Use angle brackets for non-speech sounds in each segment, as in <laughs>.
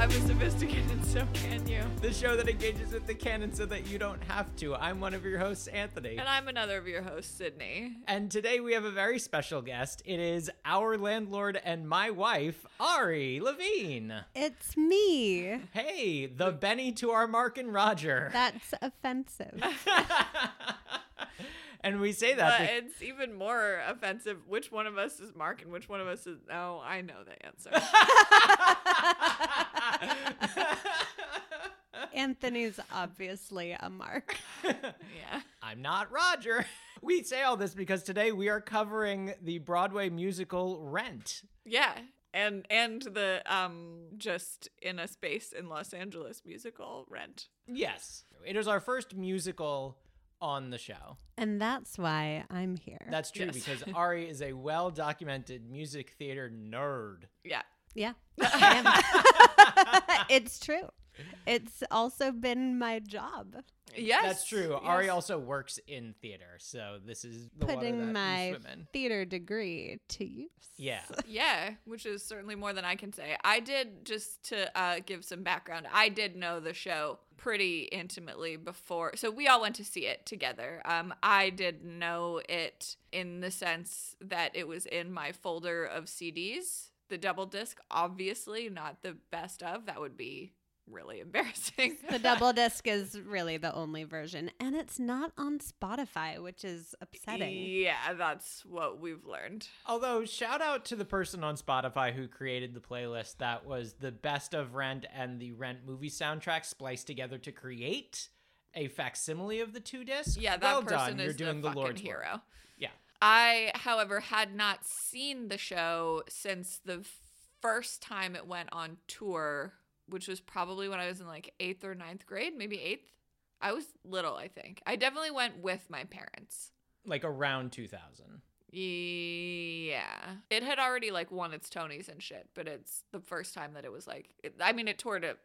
ever sophisticated, <laughs> so can you. The show that engages with the canon so that you don't have to. I'm one of your hosts, Anthony. And I'm another of your hosts, Sydney. And today we have a very special guest. It is our landlord and my wife, Ari Levine. It's me. Hey, the Benny to our Mark and Roger. That's offensive. <laughs> and we say that But because- it's even more offensive. Which one of us is Mark and which one of us is. Oh, I know the <laughs> answer. Anthony's obviously a mark. yeah. I'm not Roger. We say all this because today we are covering the Broadway musical Rent. Yeah. And and the um just in a space in Los Angeles musical Rent. Yes. It is our first musical on the show. And that's why I'm here. That's true Yes. because Ari is a well documented music theater nerd. Yeah. yeah. I am. <laughs> it's true. It's also been my job Yes. That's true. Ari yes. also works in theater, so this is the water that putting you my swim in. theater degree to use. <laughs> Yeah. Yeah, which is certainly more than I can say. I did just to uh, give some background. I did know the show pretty intimately before, so we all went to see it together. Um, I did know it in the sense that it was in my folder of CDs, the double disc, obviously not the best of. That would be really <laughs> embarrassing. <laughs> The double disc is really the only version. And it's not on Spotify, which is upsetting. Yeah, that's what we've learned. Although, shout out to the person on Spotify who created the playlist that was the best of Rent and the Rent movie soundtrack spliced together to create a facsimile of the two discs. Yeah, that well person done. is You're the, doing the, fucking Lord's work. hero. Yeah. I, however, had not seen the show since the first time it went on tour, which was probably when I was in like eighth or ninth grade, maybe eighth. I was little, I think. I definitely went with my parents. Like around 2000. Yeah. It had already like won its Tonys and shit, but it's the first time that it was like, it, I mean, it toured it.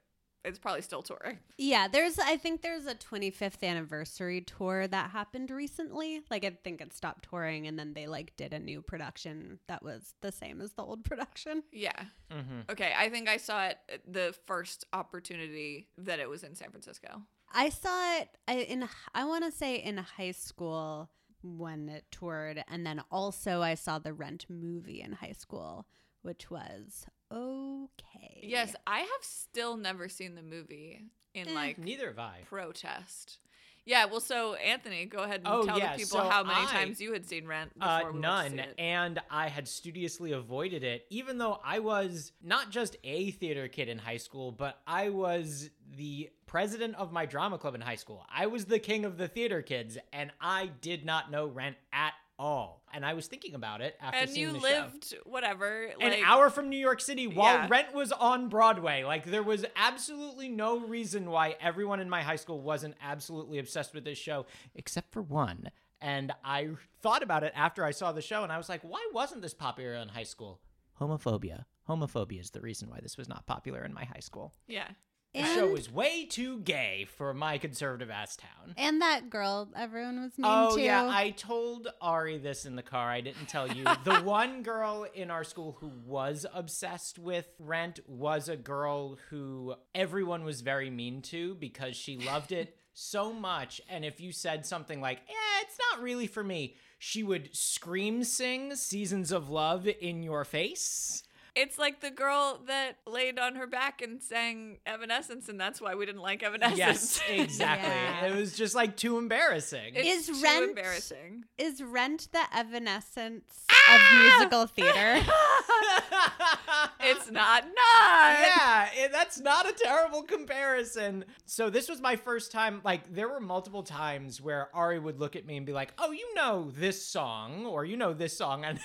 It's probably still touring. Yeah, there's I think there's a 25th anniversary tour that happened recently. Like I think it stopped touring and then they like did a new production that was the same as the old <laughs> production. Yeah. Mm-hmm. Okay. I think I saw it at the first opportunity that it was in San Francisco. I saw it I, in I want to say in high school when it toured and then also I saw the Rent movie in high school, which was okay. Yes, I have still never seen the movie in Eh. like Neither have I. protest. Yeah, well, so Anthony, go ahead and Oh, tell yeah, the people so how many I- times you had seen Rent before Uh, we went to none. see it. And I had studiously avoided it, even though I was not just a theater kid in high school, but I was the president of my drama club in high school. I was the king of the theater kids, and I did not know Rent at all. And I was thinking about it after And seeing you the show. lived whatever An like, hour from New York City while Yeah. Rent was on Broadway. Like, there was absolutely no reason why everyone in my high school wasn't absolutely obsessed with this show, except for one. And I thought about it after I saw the show, and I was like, why wasn't this popular in high school? Homophobia. Homophobia is the reason why this was not popular in my high school. Yeah, The And, show was way too gay for my conservative ass town. and that girl everyone was mean Oh to. yeah, I told Ari this in the car. I didn't tell you. the one girl in our school who was obsessed with Rent was a girl who everyone was very mean to because she loved it so much and if you said something like, "Eh, it's not really for me." She would scream sing Seasons of Love in your face. it's like the girl that laid on her back and sang Evanescence, and that's why we didn't like Evanescence. <laughs> Yes, exactly. Yeah. It was just like too embarrassing. It's Is too Rent- embarrassing. Is Rent the evanescence of Ah! musical <laughs> theater? It's not not. Uh, yeah, it, that's not a terrible comparison. So this was my first time. Like there were multiple times where Ari would look at me and be like, "Oh, you know this song, or you know this song." <laughs>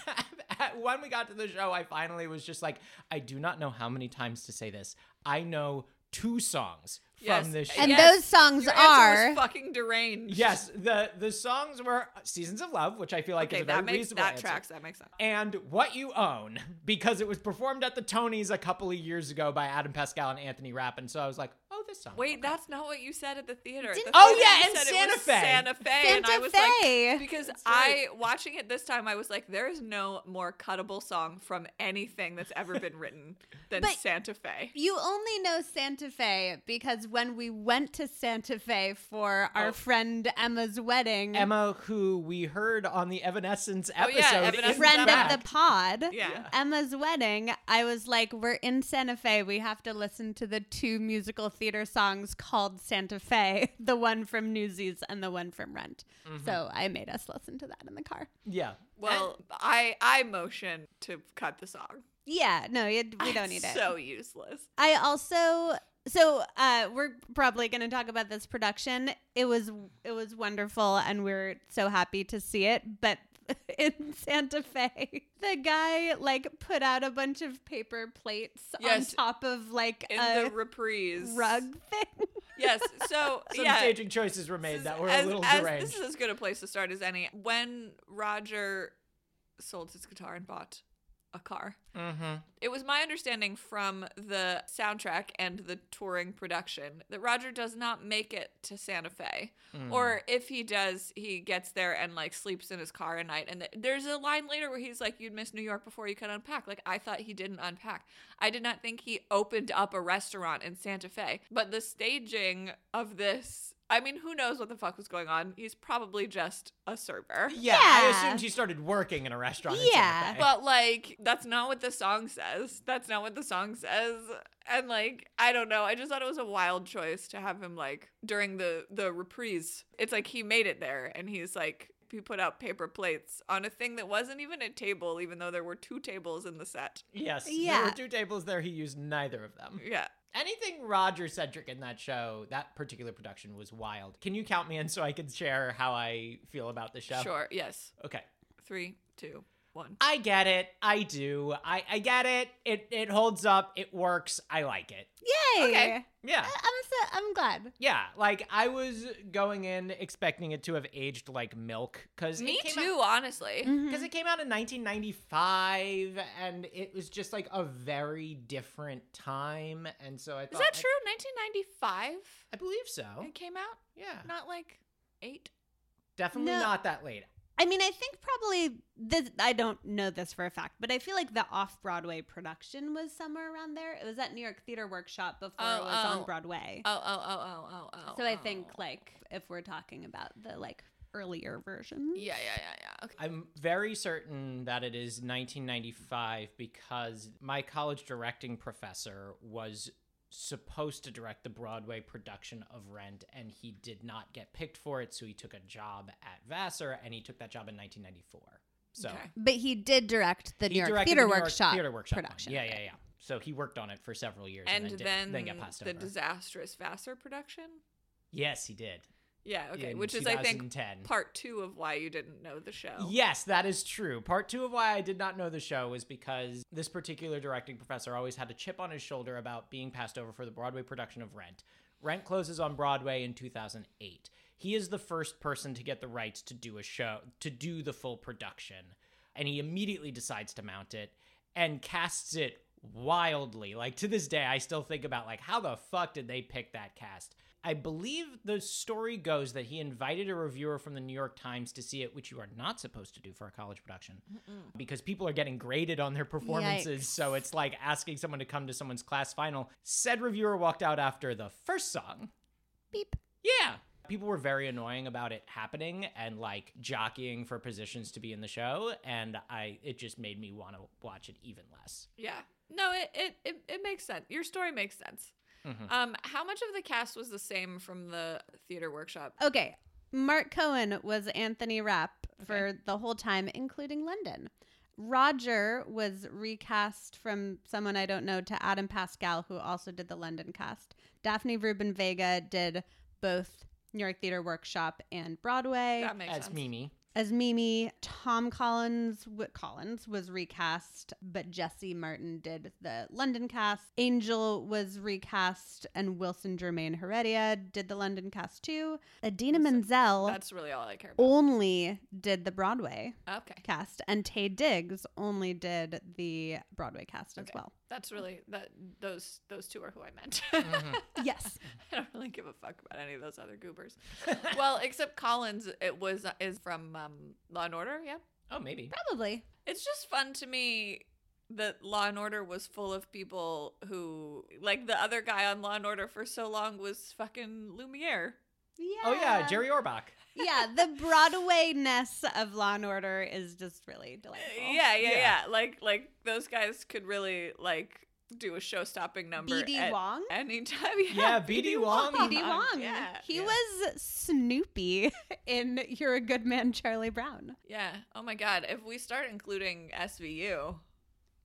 And when we got to the show, I finally was just like, "I do not know how many times to say this. I know two songs Yes. from this show. And Yes, those songs Your answer are was fucking deranged. Yes, the the songs were "Seasons of Love," which I feel like Okay, is a very that makes reasonable that answer. tracks. That makes sense. and What You Own because it was performed at the Tonys a couple of years ago by Adam Pascal and Anthony Rapp. And so I was like, oh, this song. Wait, that's not what you said at the theater. At the Didn't- Oh, theater yeah, you and said it Santa was Fe. Santa Fe, and I Santa was Fe. like, because right. I watching it this time, I was like, there is no more cuttable song from anything that's ever been written than But- Santa Fe. You only know Santa Fe because when we went to Santa Fe for our Oh. friend Emma's wedding, Emma, who we heard on the Evanescence episode, Oh, yeah, in Evanescence friend fact- of the pod, Yeah. Emma's wedding, I was like, we're in Santa Fe. We have to listen to the two musical theater songs called Santa Fe, <laughs> the one from Newsies and the one from Rent. Mm-hmm. So I made us listen to that in the car. yeah. Well, I I motion to cut the song. Yeah, no, you, we don't need it. So useless. I also so uh, we're probably going to talk about this production. It was it was wonderful, and we're so happy to see it. But <laughs> in Santa Fe, the guy like put out a bunch of paper plates Yes. on top of like In a the reprise, rug thing. Yes. So Some yeah. staging choices were made This that is- were as- a little as- deranged. This is as good a place to start as any. When Roger sold his guitar and bought a car, Mhm. it was my understanding from the soundtrack and the touring production that Roger does not make it to Santa Fe. Mm. Or if he does, he gets there and like sleeps in his car at night. And th- there's a line later where he's like, You'd miss New York before you could unpack. Like, I thought he didn't unpack. I did not think he opened up a restaurant in Santa Fe. But the staging of this. I mean, who knows what the fuck was going on? He's probably just a server. Yeah, I Yeah. assumed she started working in a restaurant. in <laughs> Yeah. Santa Fe. But like, that's not what the song says. That's not what the song says. And like, I don't know. I just thought it was a wild choice to have him like during the the reprise. It's like he made it there, and he's like. He put out paper plates on a thing that wasn't even a table, even though there were two tables in the set. yes, there Yeah. were two tables there. He used neither of them. Yeah. Anything Roger centric in that show, that particular production was wild. Can you count me in so I can share how I feel about the show? Sure. Yes. Okay. Three, two, one. I get it. I do. I, I get it. It it holds up. It works. I like it. Yay! <laughs> Okay. Yeah. I- I'm so I'm glad. Yeah. Like I was going in expecting it to have aged like milk cuz Me it came too, honestly. Mm. Mm-hmm. Because it came out in 1995, and it was just like a very different time, and so I thought Is that I- true? 1995? I believe so. It came out Yeah, not like eight. definitely No. not that late. I mean, I think probably this, I don't know this for a fact, but I feel like the off Broadway production was somewhere around there. It was at New York Theater Workshop before Oh, it was oh. on Broadway. Oh, oh, oh, oh, oh, oh. so I oh. think, like, if we're talking about the like earlier version, Yeah, yeah, yeah, yeah. Okay. I'm very certain that it is 1995 because my college directing professor was supposed to direct the Broadway production of Rent and he did not get picked for it so he took a job at Vassar and he took that job in 1994. So Okay. but he did direct the New he York directed Theater the New York Workshop Theater Workshop one. production. Yeah, of yeah, it. yeah. So he worked on it for several years and and, then, did- then got passed the over. disastrous Vassar production. yes, he did. Yeah, okay, in which is I think 2010. part two of why you didn't know the show. Yes, that is true. Part two of why I did not know the show was because this particular directing professor always had a chip on his shoulder about being passed over for the Broadway production of Rent. Rent closes on Broadway in 2008. He is the first person to get the rights to do a show, to do the full production. And he immediately decides to mount it and casts it wildly. Like to this day, I still think about like how the fuck did they pick that cast? I believe the story goes that he invited a reviewer from the New York Times to see it, which you are not supposed to do for a college production because people are getting graded on their performances. Yikes. So it's like asking someone to come to someone's class final. Said reviewer walked out after the first song. Beep. Yeah. People were very annoying about it happening and like jockeying for positions to be in the show. And I, it just made me want to watch it even less. Yeah. No, it, it, it, it makes sense. Your story makes sense. Mhm. Um, how much of the cast was the same from the theater workshop? Okay. Mark Cohen was Anthony Rapp for the whole time, including London. Roger was recast from someone I don't know to Adam Pascal, who also did the London cast. Daphne Rubin Vega did both New York Theater Workshop and Broadway. That makes As sense. <laughs> Mimi. As Mimi, Tom Collins w- Collins was recast, but Jesse Martin did the London cast. Angel was recast, and Wilson Germain Heredia did the London cast too. Adina Menzel That's really all I care about. only did the Broadway Okay. cast, and Tay Diggs only did the Broadway cast as Okay. well. That's really that those those two are who I meant. <laughs> Mm-hmm. Yes. I don't really give a fuck about any of those other goobers. well, except Collins it was is from um, Law and Order, yeah. <laughs> Oh, maybe. Probably. It's just fun to me that Law and Order was full of people who, like the other guy on Law and Order for so long was fucking Lumiere. Yeah. Oh yeah, Jerry Orbach. <laughs> yeah, the Broadway ness of Law and Order is just really delightful. Yeah, yeah, yeah, Yeah. Like, like those guys could really like do a show-stopping number. BD at Wong. Any time. <laughs> Yeah, BD Wong. BD Wong. Yeah. He Yeah. was Snoopy <laughs> in You're a Good Man, Charlie Brown. Yeah. Oh my God. If we start including <laughs> SVU.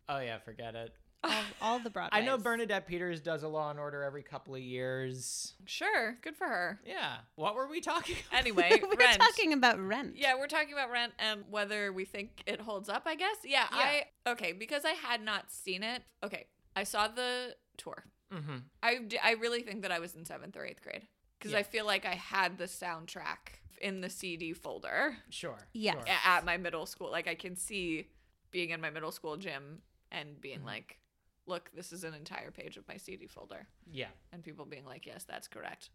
Oh yeah, forget it. um, All, all the Broadway. I know <laughs> Bernadette Peters does a Law and Order every couple of years. Sure. Good for her. <laughs> Yeah. What were we talking? <laughs> about? Anyway, We're Rent. talking about Rent. Yeah, we're talking about Rent and whether we think it holds up, I guess. Yeah, Yeah. I okay, because I had not seen it. Okay, I saw the tour. Mhm. I, d- I really think that I was in 7th or 8th grade because I Yeah. feel like I had the soundtrack in the CD folder Sure. Yes. sure. a- at my middle school. Like I can see being in my middle school gym and being Mhm. like, "Look, this is an entire page of my CD folder." Yeah. And people being like, "Yes, that's correct."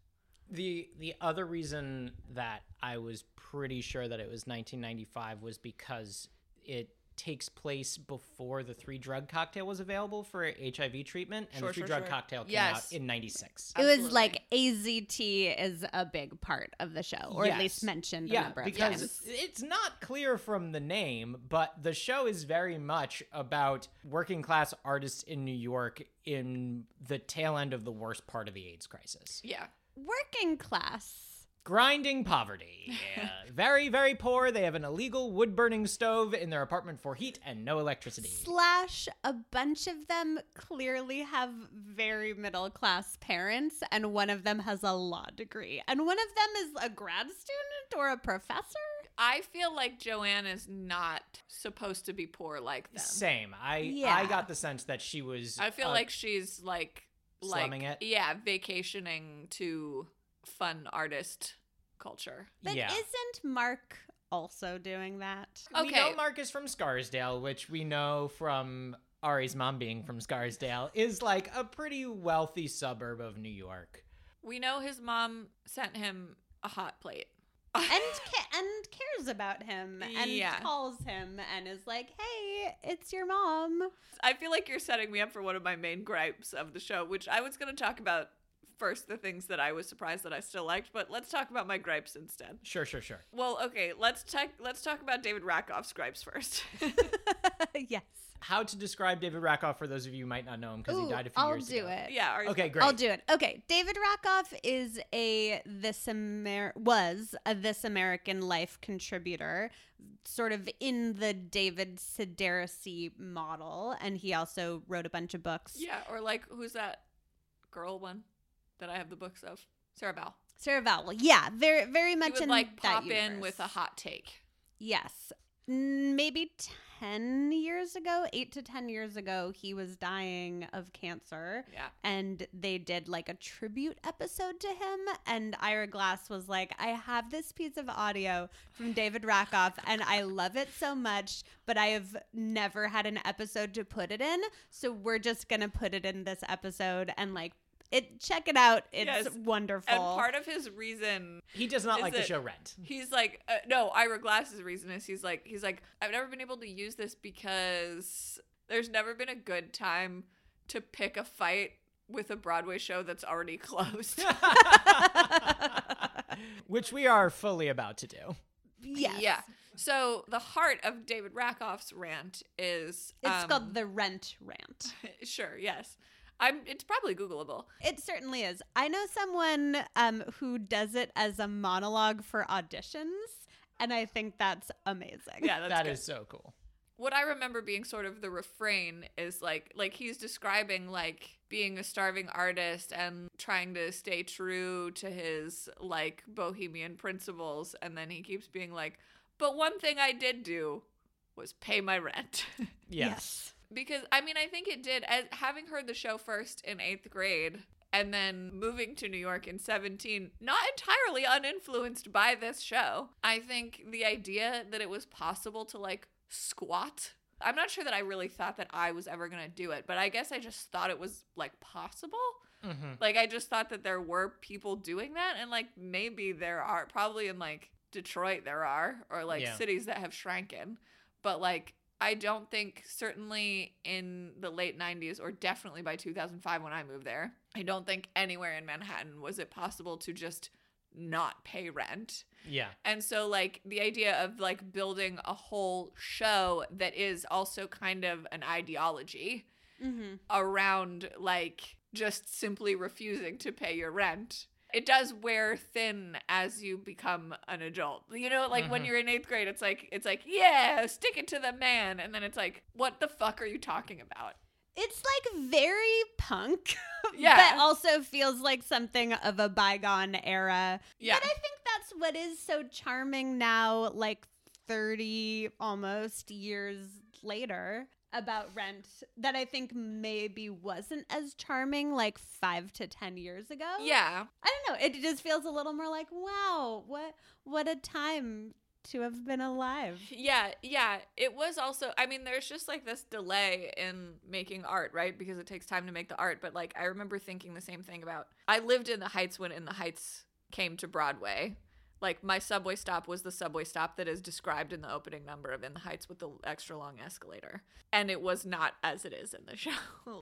The the other reason that I was pretty sure that it was 1995 was because it takes place before the three drug cocktail was available for HIV treatment, and Sure, the three sure, drug sure. cocktail came Yes. out in '96. It was Absolutely. like AZT is a big part of the show, or at Yes. least mentioned a Yeah, number of because times. it's not clear from the name, but the show is very much about working class artists in New York in the tail end of the worst part of the AIDS crisis. Yeah. Working class. Grinding poverty. Yeah. very, very poor. They have an illegal wood burning stove in their apartment for heat and no electricity. Slash, a bunch of them clearly have very middle class parents, and one of them has a law degree, and one of them is a grad student or a professor. I feel like Joanne is not supposed to be poor like them. Same. I Yeah. I got the sense that she was. I feel uh, like she's like like slumming it? yeah, vacationing to fun artist culture. But yeah. isn't Mark also doing that? We Okay. know Mark is from Scarsdale, which we know from Ari's mom being from Scarsdale is like a pretty wealthy suburb of New York. We know his mom sent him a hot plate. And ca- and cares about him and Yeah. calls him and is like, "Hey, it's <laughs> your mom." <laughs> I feel like you're setting me up for one of my main gripes of the show, which I was going to talk about first the things that I was surprised that I still liked, but let's talk about my gripes instead. Sure, sure, sure. Well, okay, let's talk let's talk about David Rakoff's gripes first. <laughs> yes. How to describe David Rakoff for those of you who might not know him because he Ooh, died a few I'll years do ago. it. yeah, are Okay, great. I'll do it. Okay, David Rakoff is a This Amer- was a This American Life contributor, sort of in the David Sedarisy model, and he also wrote a bunch of books. Yeah, or like who's that girl one that I have the books of? Sarah Bell. Sarah Vowell, yeah, very very He much would in like that pop in with a universe. hot take. Yes. N- Maybe 10 years ago, eight to 10 years ago, he was dying of cancer. Yeah. And they did like a tribute episode to him. And Ira Glass was like, I have this piece of audio from David Rakoff and I love it so much, but I have never had an episode to put it in. So we're just going to put it in this episode and like, it check it out. It's Yes. wonderful. And part of his reason, He does not Is like the it- show Rent. <laughs> he's like, uh, no, Ira Glass's reason is he's like, he's like, I've never been able to use this because there's never been a good time to pick a fight with a Broadway show that's already <laughs> closed. Which we are fully about to do. yes. Yeah. So the heart of David Rakoff's rant is It's um, called the rent rant. sure, yes. I'm. It's probably Googleable. It certainly is. I know someone um, who does it as a monologue for auditions, and I think that's amazing. Yeah, that's That good. is so cool. what I remember being sort of the refrain is like like he's describing like being a starving artist and trying to stay true to his like bohemian principles and then he keeps being like But one thing I did do was pay my rent. <laughs> Yes. because I mean, I think it did. As, having heard the show first in eighth grade and then moving to New York in 17, not entirely uninfluenced by this show, I think the idea that it was possible to like squat. I'm not sure that I really thought that I was ever going to do it, but I guess I just thought it was like possible. hmm Like I just thought that there were people doing that and like maybe there are probably in like Detroit there are or like Yeah. cities that have shranken. But like I don't think certainly in the late 90s or definitely by 2005 when I moved there, I don't think anywhere in Manhattan was it possible to just not pay rent. Yeah. And so like the idea of like building a whole show that is also kind of an ideology Mm-hmm. around like just simply refusing to pay your rent. It does wear thin as you become an adult. You know, like when Mhm. you're in eighth grade, it's like it's like, yeah, stick it to the man, and then it's like, what the fuck are you talking <laughs> about? It's like very punk, Yeah, but also feels like something of a bygone era. yeah, But I think that's what is so charming now, like 30 almost years later about rent that I think maybe wasn't as charming like five to 10 years ago. yeah. I don't know. It just feels a little more like, wow, what, what a time to have been alive. Yeah, yeah. It was also, I mean, there's just like this delay in making art, right? Because it takes time to make the art. But like, I remember thinking the same thing about I lived in the Heights when In the Heights came to Broadway. Like, my subway stop was the subway stop that is described in the opening number of In the Heights with the extra long escalator. And it was not as it is in the <laughs> show.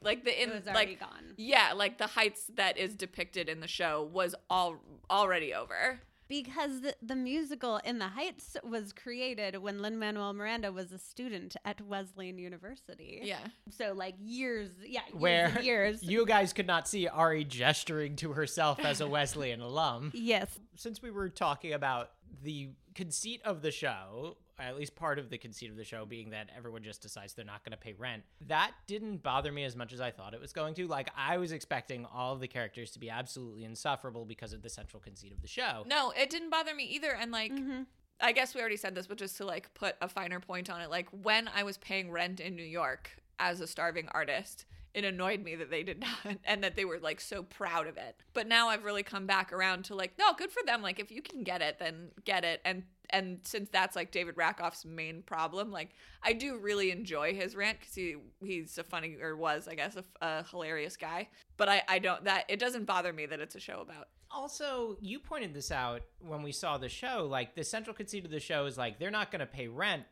like, the in, it was already like, gone. yeah, like the heights that is depicted in the show was all already over. Because the, the musical In the Heights was created when Lin Manuel Miranda was a student at Wesleyan University. Yeah. So, like years, yeah, years Where and years. you guys could not see Ari gesturing to herself as a Wesleyan alum. yes. since we were talking about the conceit of the show, at least part of the conceit of the show being that everyone just decides they're not going to pay rent, that didn't bother me as much as I thought it was going to. Like, I was expecting all of the characters to be absolutely insufferable because of the central conceit of the show. No, it didn't bother me either. And like, hmm I guess we already said this, but just to like put a finer point on it, like when I was paying rent in New York as a starving artist, it annoyed me that they did <laughs> not and that they were like so proud of it. But now I've really come back around to like, no, good for them. Like if you can get it, then get it. And and since that's like David Rakoff's main problem, like I do really enjoy his rant because he he's a funny or was I guess a, f- a hilarious guy. But I I don't that it doesn't bother me that it's a show about Also, you pointed this out when we saw the show. Like, the central conceit of the show is like, they're not going to pay rent.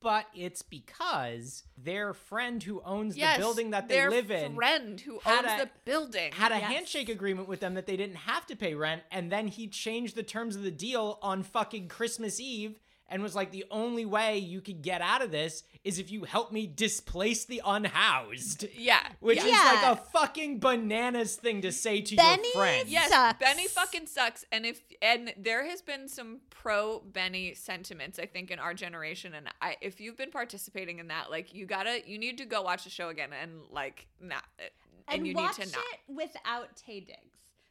But it's because their friend who owns Yes, the building that they their live in friend who had owns a- the building had a Yes. handshake agreement with them that they didn't have to pay rent, and then he changed the terms of the deal on fucking Christmas Eve and was like, the only way you could get out of this is if you help me displace the <laughs> unhoused. Yeah. Which yeah. is Yeah. like a fucking bananas thing to say to Benny your friend. Yes, sucks. Benny fucking sucks. And if and there has been some pro Benny sentiments, I think, in our generation. And I if you've been participating in that, like you gotta you need to go watch the show again and like not uh, and, And, you need watch to not. it without Tay Diggs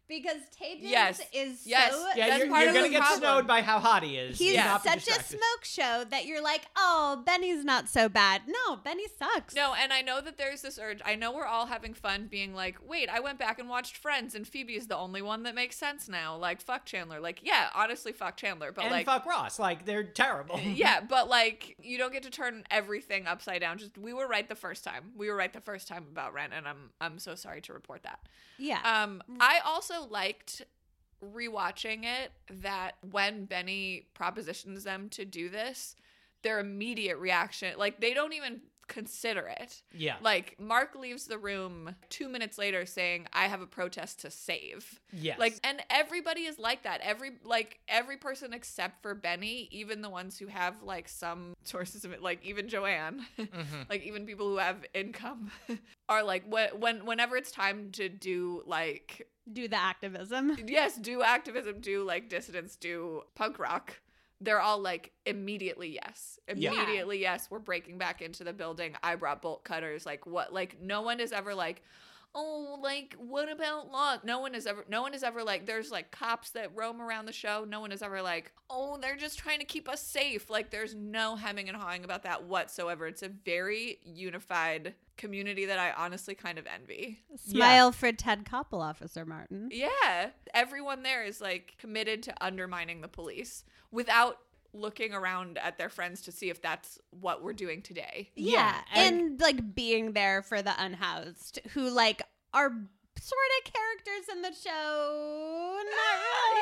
because Tay Diggs Yes. is Yes. so Yeah, That's you're, part you're of gonna the get problem. snowed by how hot he is. Do He's not be such a distracted. smoke show that you're like, oh, Benny's not so bad. No, Benny sucks. No, and I know that there's this urge. I know we're all having fun being like, wait, I went back and watched Friends, and Phoebe is the only one that makes sense now. Like, fuck Chandler. Like, yeah, honestly, fuck Chandler. But And like, fuck Ross. Like, they're <laughs> terrible. yeah, but like you don't get to turn everything upside down. Just we were right the first time. We were right the first time about rent, and I'm I'm so sorry to report that. Yeah. Um, I also liked rewatching it that when Benny propositions them to do this, their immediate reaction, like they don't even consider it. Yeah. Like Mark leaves the room two minutes later saying, "I have a protest to save." Yes. Like and everybody is like that. Every like every person except for Benny, even the ones who have like some <laughs> sources of it, like even Joanne, <laughs> Mhm. like even people who have income, <laughs> are like when, when whenever it's time to do like Do the activism. yes, do activism, do like dissidents, do punk rock. They're all like immediately yes, Yeah. immediately yes. We're breaking back into the building. I brought bolt cutters. Like what? Like no one is ever like, oh, like what about luck? No one is ever no one is ever like there's like cops that roam around the show. No one is ever like, oh, they're just trying to keep us safe. Like there's no hemming and hawing about that whatsoever. It's a very unified community that I honestly kind of envy. Smile for Ted Koppel, Officer Martin. Yeah, everyone there is like committed to undermining the police without looking around at their friends to see if that's what we're doing today. Yeah. Yeah, and, like being there for the unhoused who like are sort of characters in the show. Not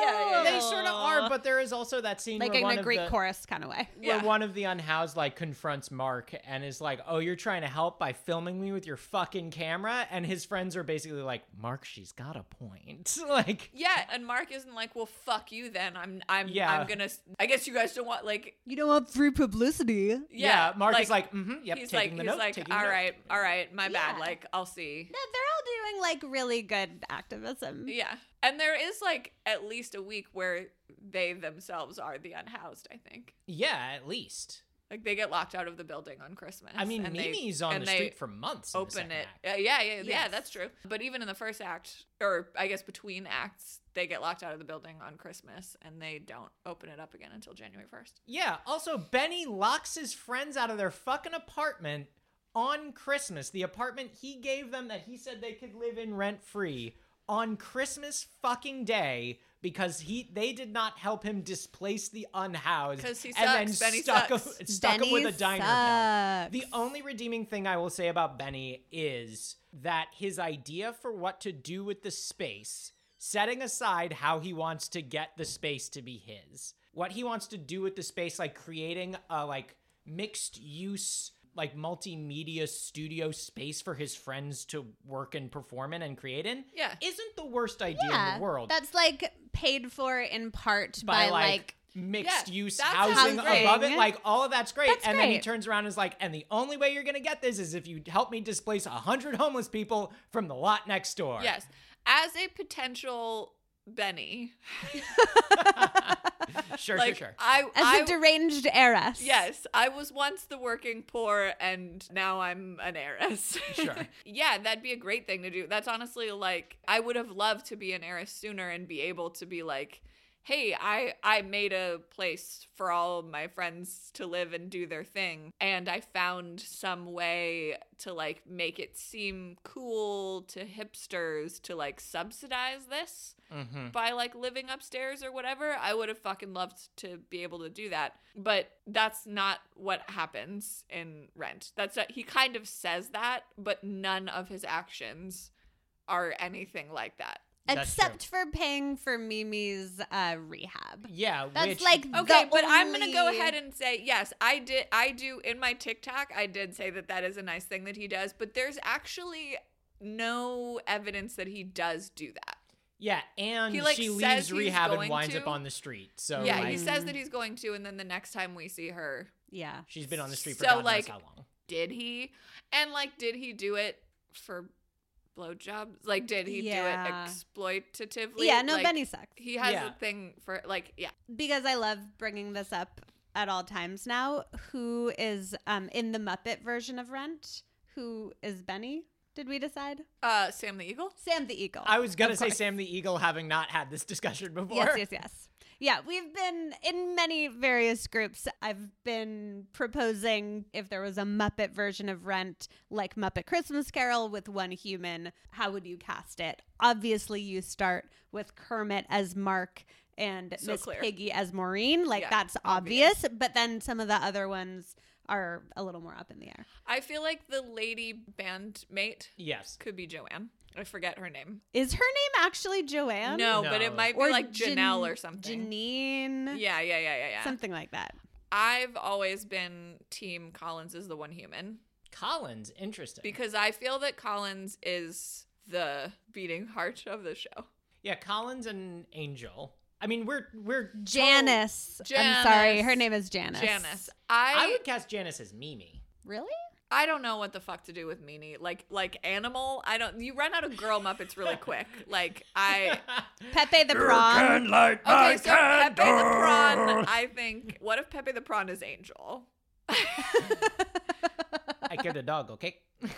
Yeah, yeah, really. yeah. They sort of are, but there is also that scene like where in one a of Greek the, chorus kind of way. where Yeah. one of the unhoused like confronts Mark and is like, "Oh, you're trying to help by filming me with your fucking camera," and his friends are basically like, "Mark, she's got a point." <laughs> like, Yeah, and Mark isn't like, "Well, fuck you then. I'm I'm Yeah. I'm going to I guess you guys don't want like You don't want free publicity. yeah, Mark is like, mm-hmm, yep, he's like taking the he's note, like, taking the "All note." right, all right, my Yeah. bad. Like, I'll see." No, they're all doing like really good activism. Yeah. And there is like at least a week where they themselves are the unhoused, I think. Yeah, at least. Like they get locked out of the building on Christmas. I mean, and they- Mimi's on and the they street for months. in the open second it. act. Uh, yeah, yeah, yeah, Yes. that's true. But even in the first act, or I guess between acts, they get locked out of the building on Christmas and they don't open it up again until January 1st. Yeah. Also, Benny locks his friends out of their fucking apartment on Christmas. The apartment he gave them that he said they could live in rent free on Christmas fucking day because he they did not help him displace the unhoused 'Cause he and sucks. then Benny stuck sucks. him stuck him with a Benny diner bell. sucks. The only redeeming thing I will say about Benny is that his idea for what to do with the space, setting aside how he wants to get the space to be his, what he wants to do with the space, like creating a like mixed use like multimedia studio space for his friends to work and perform in and create in Yeah. isn't the worst idea in the world That's like paid for in part by, like mixed Yeah, use that housing sounds great. above it. Like all of that's great. That's and then he great. turns around and is like, and the only way you're gonna get this is if you help me displace a hundred homeless people from the lot next door. Yes. As a potential Benny, <laughs> Sure, like sure, sure. I, as I a deranged heiress. Yes, I was once the working poor and now I'm an heiress. Sure. <laughs> yeah, that'd be a great thing to do. That's honestly like I would have loved to be an heiress sooner and be able to be like, "Hey, I I made a place for all of my friends to live and do their thing and I found some way to like make it seem cool to hipsters to like subsidize this." Mm-hmm. by like living upstairs or whatever, I would have fucking loved to be able to do that. But that's not what happens in Rent. That's not, he kind of says that, but none of his actions are anything like that. That's true. Except for paying for Mimi's uh, rehab. Yeah, That's which, like Okay, the but I'm gonna go only- ahead and say yes. I did. I do in my TikTok. I did say that that is a nice thing that he does, but there's actually no evidence that he does do that. yeah, and he, like, she says leaves he's rehab and going winds to. up on the street. So yeah, like, he says that he's going to, and then the next time we see her, yeah. she's been on the street for So, God knows like, how long. did he? And like, did he do it for blowjobs? Like, did he Yeah. do it exploitatively? Yeah, no, like, Benny sucks. He has Yeah. a thing for like, yeah, because I love bringing this up at all times now. Who is um, in the Muppet version of Rent? Who is Benny? Did we decide? uh, Sam the Eagle. Sam the Eagle. I was gonna Of say course. Sam the Eagle, having not had this <laughs> discussion before. Yes, yes, yes. Yeah, we've been in many various groups. I've been proposing if there was a Muppet version of Rent, like Muppet Christmas Carol with one human, how would you cast it? Obviously, you start with Kermit as Mark and So Miss clear. Piggy as Maureen. Like, Yeah, that's obvious. obvious. But then some of the other ones are a little more up in the air. I feel like the lady bandmate Yes. could be Joanne. I forget her name. Is her name actually Joanne? No, No. but it might be like Janelle or something. Janine. yeah, yeah, yeah, yeah, yeah. Something like that. I've always been Team Collins is the one human. Collins, interesting. because I feel that Collins is the beating heart of the show. yeah, Collins and Angel. I mean, we're we're Janice. I'm Oh, Janice. sorry, her name is Janice. Janice, I I would cast Janice as Mimi. Really? I don't know what the fuck to do with Meanie. Like like animal, I don't. You run out of girl Muppets <laughs> really quick. Like I Pepe the Prawn. light okay. So Pepe the Prawn, I think. What if Pepe the Prawn is Angel? I killed a dog. Okay. <laughs>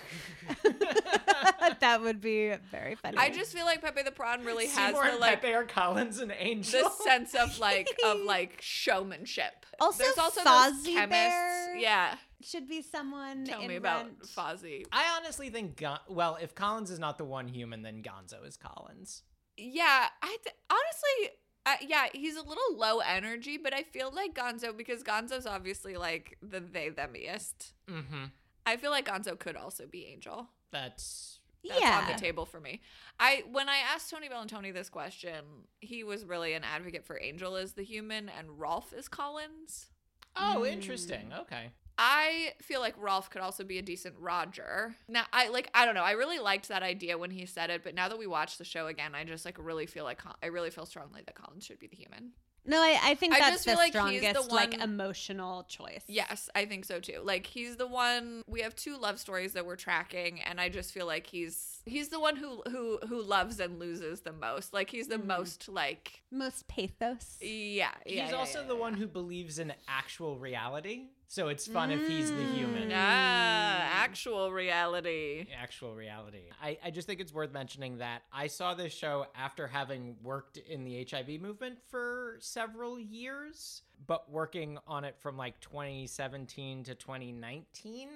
that would be very funny. I just feel like Pepe the Prawn <laughs> really has Seymour the and like Pepe are Collins and Angel. <laughs> the sense of like of like showmanship. Also There's also those Fozzie chemists. Bear. Yeah, should be someone. tell in me about Rent. Fozzie. I honestly think, Gon- well, if Collins is not the one human, then Gonzo is Collins. Yeah, I th- honestly, uh, yeah, he's a little low energy, but I feel like Gonzo because Gonzo's obviously like the they themiest. Mm-hmm. I feel like Gonzo could also be Angel. That's That's yeah. on the table for me. I when I asked Tony Bellantoni this question, he was really an advocate for Angel as the human and Rolf is Collins. oh, Mm. interesting. Okay. I feel like Rolf could also be a decent Roger. Now I like I don't know. I really liked that idea when he said it, but now that we watch the show again, I just like really feel like Col- I really feel strongly that Collins should be the human. No, I, I think I just that's the feel like he's the strongest like one- emotional choice. Yes, I think so too. Like he's the one we have two love stories that we're tracking and I just feel like he's he's the one who who who loves and loses the most. Like he's the Mm-hmm. Mhm. most like Most pathos. Yeah, yeah. he's yeah, also yeah, the yeah. one who believes in actual reality. So it's fun if he's the human. Mm. Ah, Mm. actual reality. Actual reality. I, I just think it's worth mentioning that I saw this show after having worked in the HIV movement for several years, but working on it from like 2017 to 2019.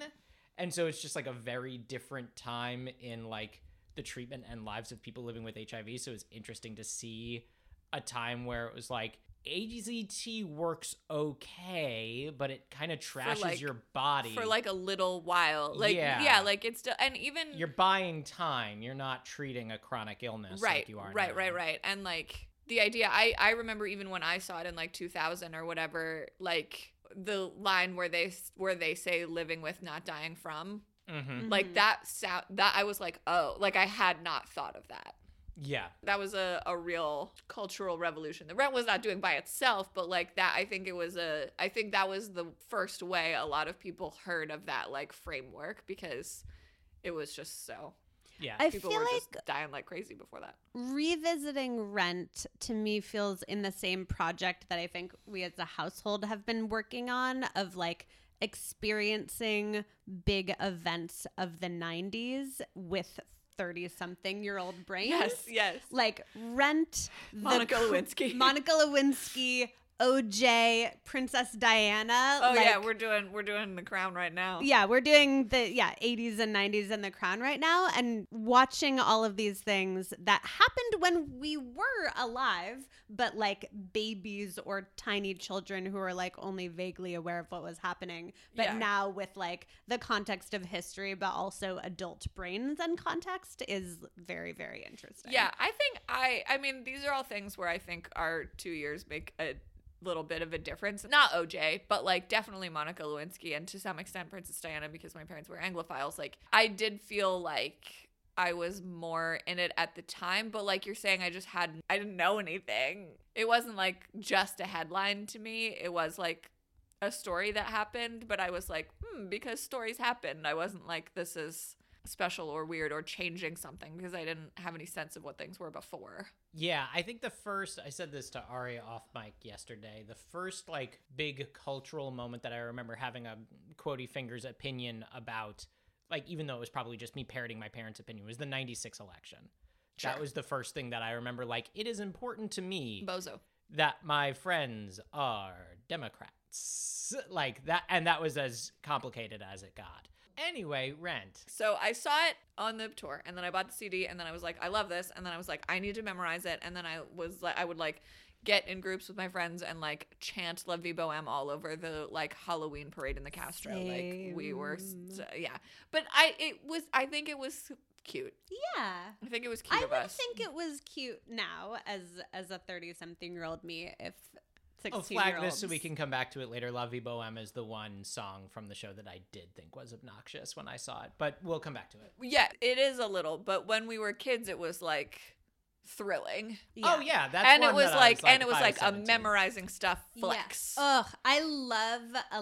And so it's just like a very different time in like the treatment and lives of people living with HIV. So it's interesting to see a time where it was like AZT works okay, but it kind of trashes like- your body. For like a little while. Like Yeah. yeah, like it's still and even you're buying time. You're not treating a chronic illness right, like you are right, now. right, right. And like the idea I I remember even when I saw it in like 2000 or whatever, like the line where they where they say living with not dying from Mm-hmm. like that sound that i was like oh like i had not thought of that Yeah. that was a, a real cultural revolution. The rent was not doing by itself, but like that, I think it was a, I think that was the first way a lot of people heard of that like framework because it was just so, Yeah. I people feel were like just dying like crazy before that. revisiting Rent to me feels in the same project that I think we as a household have been working on of like experiencing big events of the 90s with 30 something year old brains. Yes, <laughs> yes. Like Rent, the Monica pr- Lewinsky. Monica Lewinsky, OJ, Princess Diana. oh yeah, like- we're doing, we're doing the crown right now. yeah, we're doing the yeah, 80s and 90s and the crown right now and watching all of these things that happened when we were alive, but like babies or tiny children who are like only vaguely aware of what was happening, but Yeah. now with like the context of history but also adult brains and context is very very interesting. Yeah, I think I I mean these are all things where I think our 2 years make a little bit of a difference. Not OJ, but like definitely Monica Lewinsky and to some extent Princess Diana because my parents were Anglophiles. Like I did feel like I was more in it at the time, but like you're saying I just had I didn't know anything. It wasn't like just a headline to me. It was like a story that happened, but I was like, hmm, because stories happen. I wasn't like, this is special or weird or changing something because I didn't have any sense of what things were before. yeah. I think the first, I said this to Ari off mic yesterday, the first like big cultural moment that I remember having a quotey fingers opinion about, like, even though it was probably just me parroting my parents' opinion, was the 96 election. That Sure. was the first thing that I remember. Like, it is important to me Bozo. that my friends are Democrats. Like that, and that was as complicated as it got. Anyway, rent. So I saw it on the tour and then I bought the CD and then I was like, I love this. And then I was like, I need to memorize it. And then I was like, I would like get in groups with my friends and like chant La Vie Boheme all over the like Halloween parade in the Castro. Like we were, s uh, Same. yeah. But I, it was, I think it was cute. Yeah. I think it was cute I of would us. think it was cute now as as a 30 something year old me if 16 I'll Oh, flag year this so we can come back to it later. La Vie Boheme is the one song from the show that I did think was obnoxious when I saw it, but we'll come back to it. Yeah, it is a little, but when we were kids, it was like thrilling, Oh yeah, that's and it one was that I like, and it if was I like a 17. memorizing stuff Yeah. flex. Ugh, I love a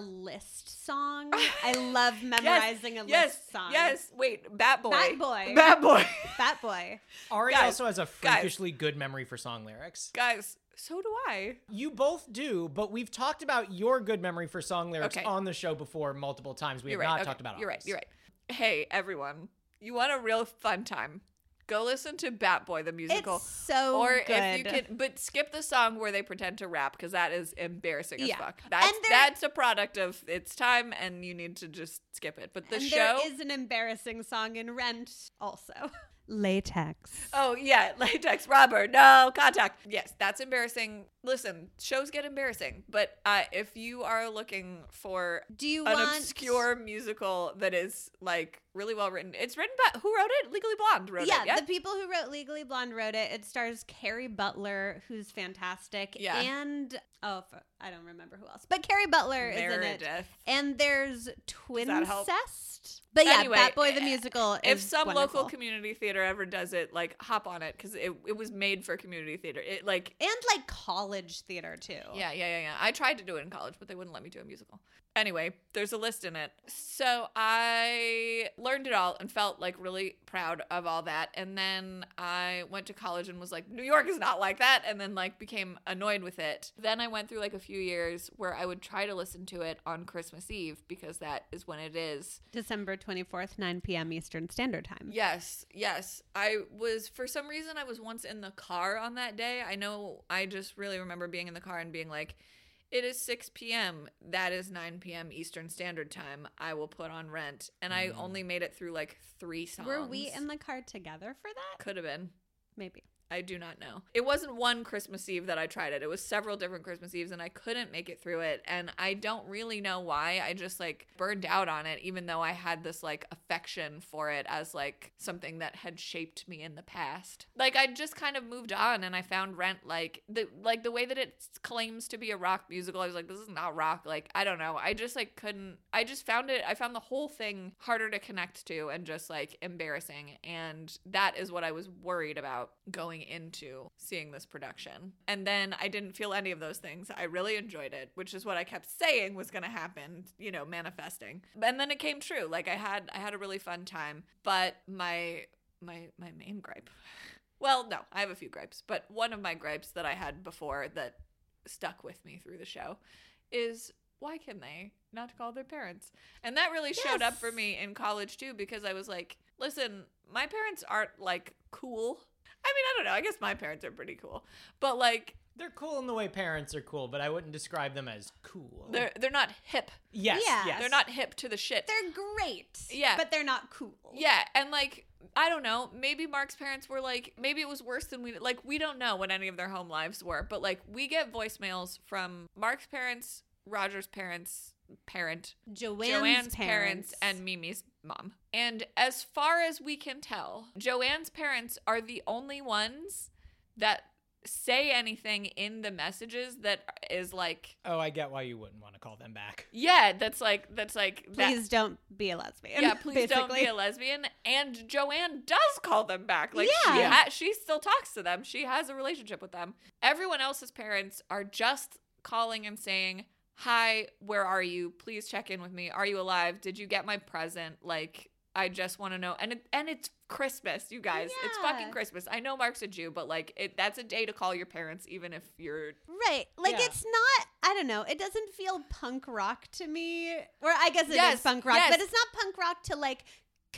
<laughs> list song. I love memorizing a yes, list song. yes. Wait, Bat Boy, Bat Boy. Bat <laughs> Boy, Fat Boy. Ari Guys, also has a guys. freakishly good memory for song lyrics. guys. So do I. You both do, but we've talked about your good memory for song lyrics Okay. on the show before multiple times. We You're have right. not okay, talked about. You're right. ours. You're right. hey everyone, you want a real fun time? Go listen to Bat Boy the musical. It's so or good. if you can, but skip the song where they pretend to rap because that is embarrassing Yeah. as fuck. That's And there- that's a product of its time, and you need to just skip it. But the and show, there is an embarrassing song in Rent also. <laughs> Latex. oh yeah, <laughs> latex rubber, no contact. Yes, that's embarrassing. Listen, shows get embarrassing, but uh, if you are looking for Do you an want obscure musical that is like really well written, it's written by who wrote it? Legally Blonde wrote yeah, it. Yeah, the people who wrote Legally Blonde wrote it. It stars Carrie Butler, who's fantastic, Yeah. and oh, f- I don't remember who else, but Carrie Butler is in it. Meredith. And there's that help? Twincest. But yeah, Anyway, Bat Boy the eh, musical. if is some wonderful. local community theater ever does it like hop on it because it, it was made for community theater it like and like college theater too. yeah yeah yeah yeah i tried to do it in college but they wouldn't let me do a musical anyway there's a list in it so i learned it all and felt like really proud of all that and then i went to college and was like new york is not like that and then like became annoyed with it then i went through like a few years where i would try to listen to it on christmas eve because that is when it is December twenty fourth, nine p.m. Eastern Standard Time. Yes, yes. I was for some reason I was once in the car on that day. I know I just really remember being in the car and being like, "It is 6 p.m. That is 9 p.m. Eastern Standard Time. I will put on Rent." And I Mm. only made it through like three songs. Were we in the car together for that? Could have been. Maybe. I do not know. It wasn't one Christmas Eve that I tried it. It was several different Christmas Eves and I couldn't make it through it. And I don't really know why. I just like burned out on it, even though I had this like affection for it as like something that had shaped me in the past. Like I just kind of moved on and I found Rent like the like the way that it claims to be a rock musical. I was like, this is not rock. Like, I don't know. I just like couldn't I just found it I found the whole thing harder to connect to and just like embarrassing. And that is what I was worried about going into seeing this production. And then I didn't feel any of those things. I really enjoyed it, which is what I kept saying was going to happen, you know, manifesting. And then it came true. Like I had I had a really fun time, but my my my main gripe. <laughs> Well, no, I have a few gripes, but one of my gripes that I had before that stuck with me through the show is why can they not call their parents? And that really showed up for Yes. me in college too because I was like, listen, my parents aren't like cool. I mean, I don't know. I guess my parents are pretty cool. But like They're cool in the way parents are cool, but I wouldn't describe them as cool. they're they're not hip. yes, Yeah. yes. They're not hip to the shit. They're great. Yeah. But they're not cool. Yeah, and like I don't know, maybe Mark's parents were like maybe it was worse than we like we don't know what any of their home lives were, but like we get voicemails from Mark's parents, Roger's parents, parent, Joanne's, Joanne's parents, parents and Mimi's mom. And as far as we can tell, Joanne's parents are the only ones that say anything in the messages that is like Oh, I get why you wouldn't want to call them back. yeah, that's like that's like that- please don't be a lesbian. yeah, <laughs> please don't be basically. a lesbian. And Joanne does call them back. Like she, Yeah. ha- she still talks to them. She has a relationship with them. Everyone else's parents are just calling and saying, "Hi, where are you? Please check in with me. Are you alive? Did you get my present? Like, I just want to know." And it, and it's Christmas, you guys. It's Yeah. fucking Christmas. I know Mark's a Jew, but like, it, that's a day to call your parents, even if you're Right. Like Yeah. it's not I don't know, it doesn't feel punk rock to me. Or I guess it is Yes, punk rock, yes. but it's not punk rock to like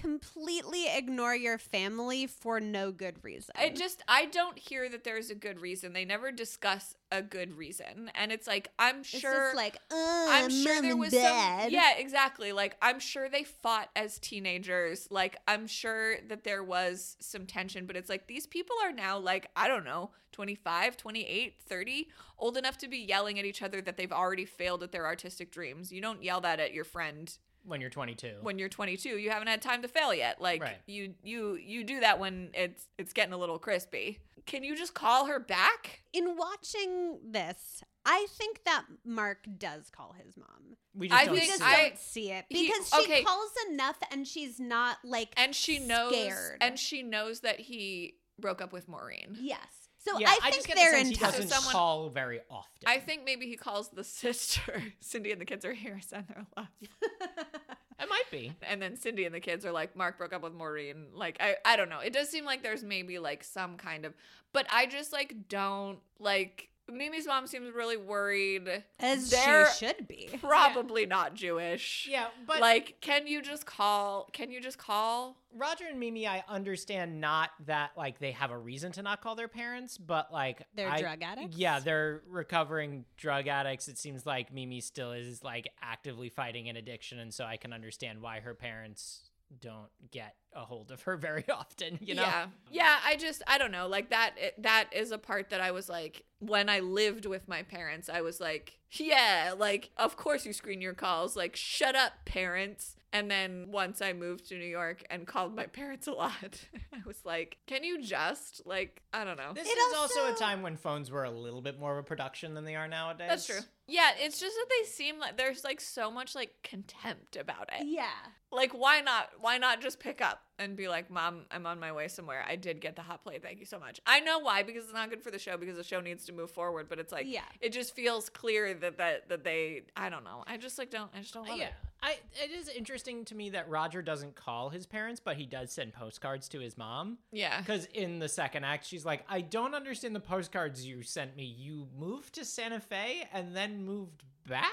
completely ignore your family for no good reason. I just I don't hear that there's a good reason. They never discuss a good reason, and it's like I'm it's sure just like uh, I'm sure mom there and was dad. some. Yeah, exactly. Like I'm sure they fought as teenagers. Like I'm sure that there was some tension, but it's like these people are now like I don't know, 25, 28, 30, old enough to be yelling at each other that they've already failed at their artistic dreams. You don't yell that at your friend When you're 22. when you're 22. You haven't had time to fail yet. Like Right. you you you do that when it's it's getting a little crispy. Can you just call her back? In watching this, I think that Mark does call his mom. we just I don't We think just see I- it. don't see it he- because she okay. calls enough, and she's not like And she knows Scared. and she knows that he broke up with Maureen. yes. So Yeah, I I think just get the they're sense in he touch. doesn't someone- call very often. I think maybe he calls the <laughs> sister. Cindy and the kids are here, send their love. it might be. And then Cindy and the kids are like, Mark broke up with Maureen. Like, I, I don't know. It does seem like there's maybe like some kind of, but I just like don't like, Mimi's mom seems really <laughs> worried. As They're she should be. Probably not Jewish. Yeah, but like, can you just call? Can you just call? Roger and Mimi, I understand not that like they have a reason to not call their parents, but like They're I- drug addicts. Yeah, they're recovering drug addicts. It seems like Mimi still is like actively fighting an addiction, and so I can understand why her parents don't get a hold of her <laughs> very often. You know? Yeah. Yeah. I just I don't know. Like that. It, that is a part that I was like, when I lived with my parents, I was like, yeah, like of course you screen your calls. Like shut up, parents. And then once I moved to New York and called my parents a lot, <laughs> I was like, can you just like I don't know. This It is also, a also- time when phones were a little bit more of a production than they are nowadays. That's true. Yeah, it's just that they seem like there's like so much like contempt about it. Yeah. Like why not why not just pick up and be like, "Mom, I'm on my way somewhere. I did get the hot plate. Thank you so much." I know why because it's not good for the show because the show needs to move forward, but it's like Yeah. it just feels clear that that that they I don't know. I just like don't I just don't love Yeah. it. I, it is interesting to me that Roger doesn't call his parents, but he does send postcards to his mom. Yeah. Because in the second act, she's like, I don't understand the postcards you sent me. You moved to Santa Fe and then moved back?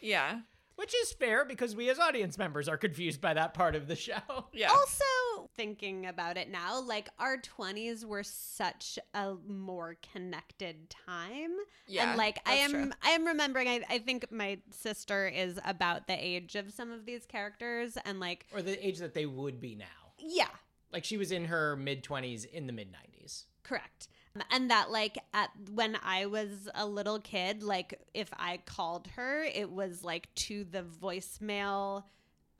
Yeah. Which is fair because we as audience members are confused by that part of the show. Yeah. Also, thinking about it now, like our 20s were such a more connected time. yeah. and like I am that's true. I am remembering I, I think my sister is about the age of some of these characters and like <laughs> Or the age that they would be now. yeah, Like she was in her mid 20s in the mid 90s. correct. Um, And that like at when I was a little kid, like if I called her, it was like to the voicemail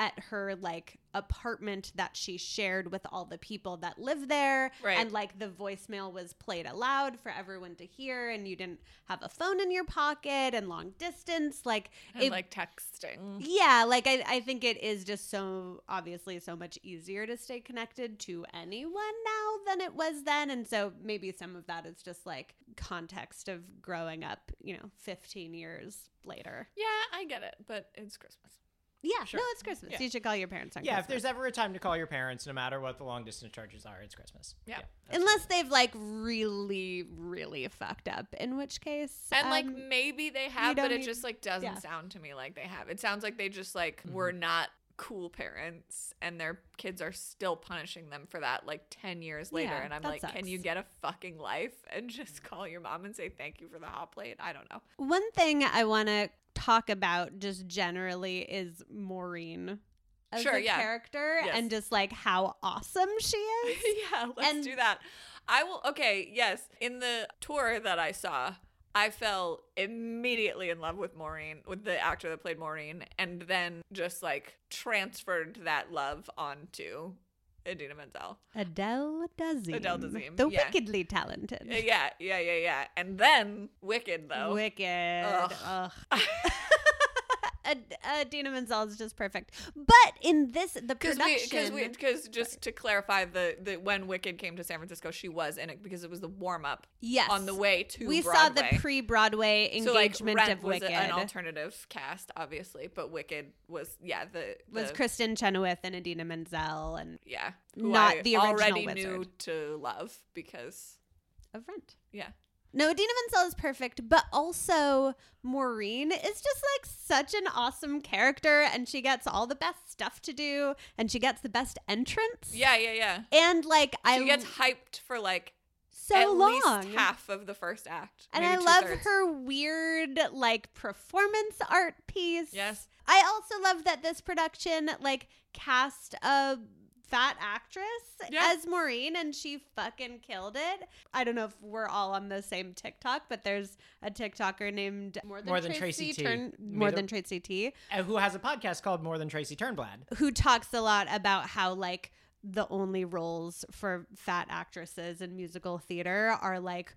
at her like apartment that she shared with all the people that live there Right. and like the voicemail was played aloud for everyone to hear and you didn't have a phone in your pocket and long distance like And, it like texting. Yeah, like I, I think it is just so obviously so much easier to stay connected to anyone now than it was then. And so maybe some of that is just like context of growing up, you know, 15 years later. Yeah, I get it, but it's Christmas. Yeah, Sure. no, it's Christmas. Yeah. You should call your parents on Yeah, if Christmas. there's ever a time to call your parents, no matter what the long distance charges are, it's Christmas. Yeah. that's- Unless they've like really, really fucked up, in which case. And like um, maybe they have, don't but it need- just like doesn't yeah. sound to me like they have. It sounds like they just like were not cool parents and their kids are still punishing them for that like 10 years later Yeah, and I'm that like can you sucks. get a fucking life and just call your mom and say thank you for the hot plate I don't know One thing I want to talk about just generally is Maureen as Sure, a yeah. character Yes. and just like how awesome she is. <laughs> yeah let's And- do that I will okay yes in the tour that I saw I fell immediately in love with Maureen with the actor that played Maureen and then just like transferred that love onto Adina Menzel <laughs> Adele Dazeem. Adele Dazeem, The yeah. wickedly talented. Uh, Yeah, yeah, yeah, yeah. And then Wicked though. Wicked. Ugh. Ugh. <laughs> Ad- Adina Menzel is just perfect. But in this, the Because production. we, because we, because just to clarify, the, the when Wicked came to San Francisco, she was in it because it was the warm up yes. on the way to We Broadway. saw the pre Broadway so like engagement Rent of was Wicked. a- an alternative cast, obviously, but Wicked was yeah the, was the- Kristen Chenoweth and Adina Menzel and yeah not I the original already knew Wizard. to love because of Rent. yeah No, Adina Menzel is perfect, but also Maureen is just like such an awesome character, and she gets all the best stuff to do, and she gets the best entrance. yeah yeah yeah. and like I She gets hyped for like so at long. least half of the first act, and I maybe love two-thirds. her weird like performance art piece. Yes. I also love that this production like cast a fat actress Yeah. as Maureen and she fucking killed it. I don't know if we're all on the same TikTok, but there's a TikToker named More Than, More Than Tracy T. Turn- Made More a- Than Tracy T And who has a podcast called More Than Tracy Turnblad? who talks a lot about how like the only roles for fat actresses in musical theater are like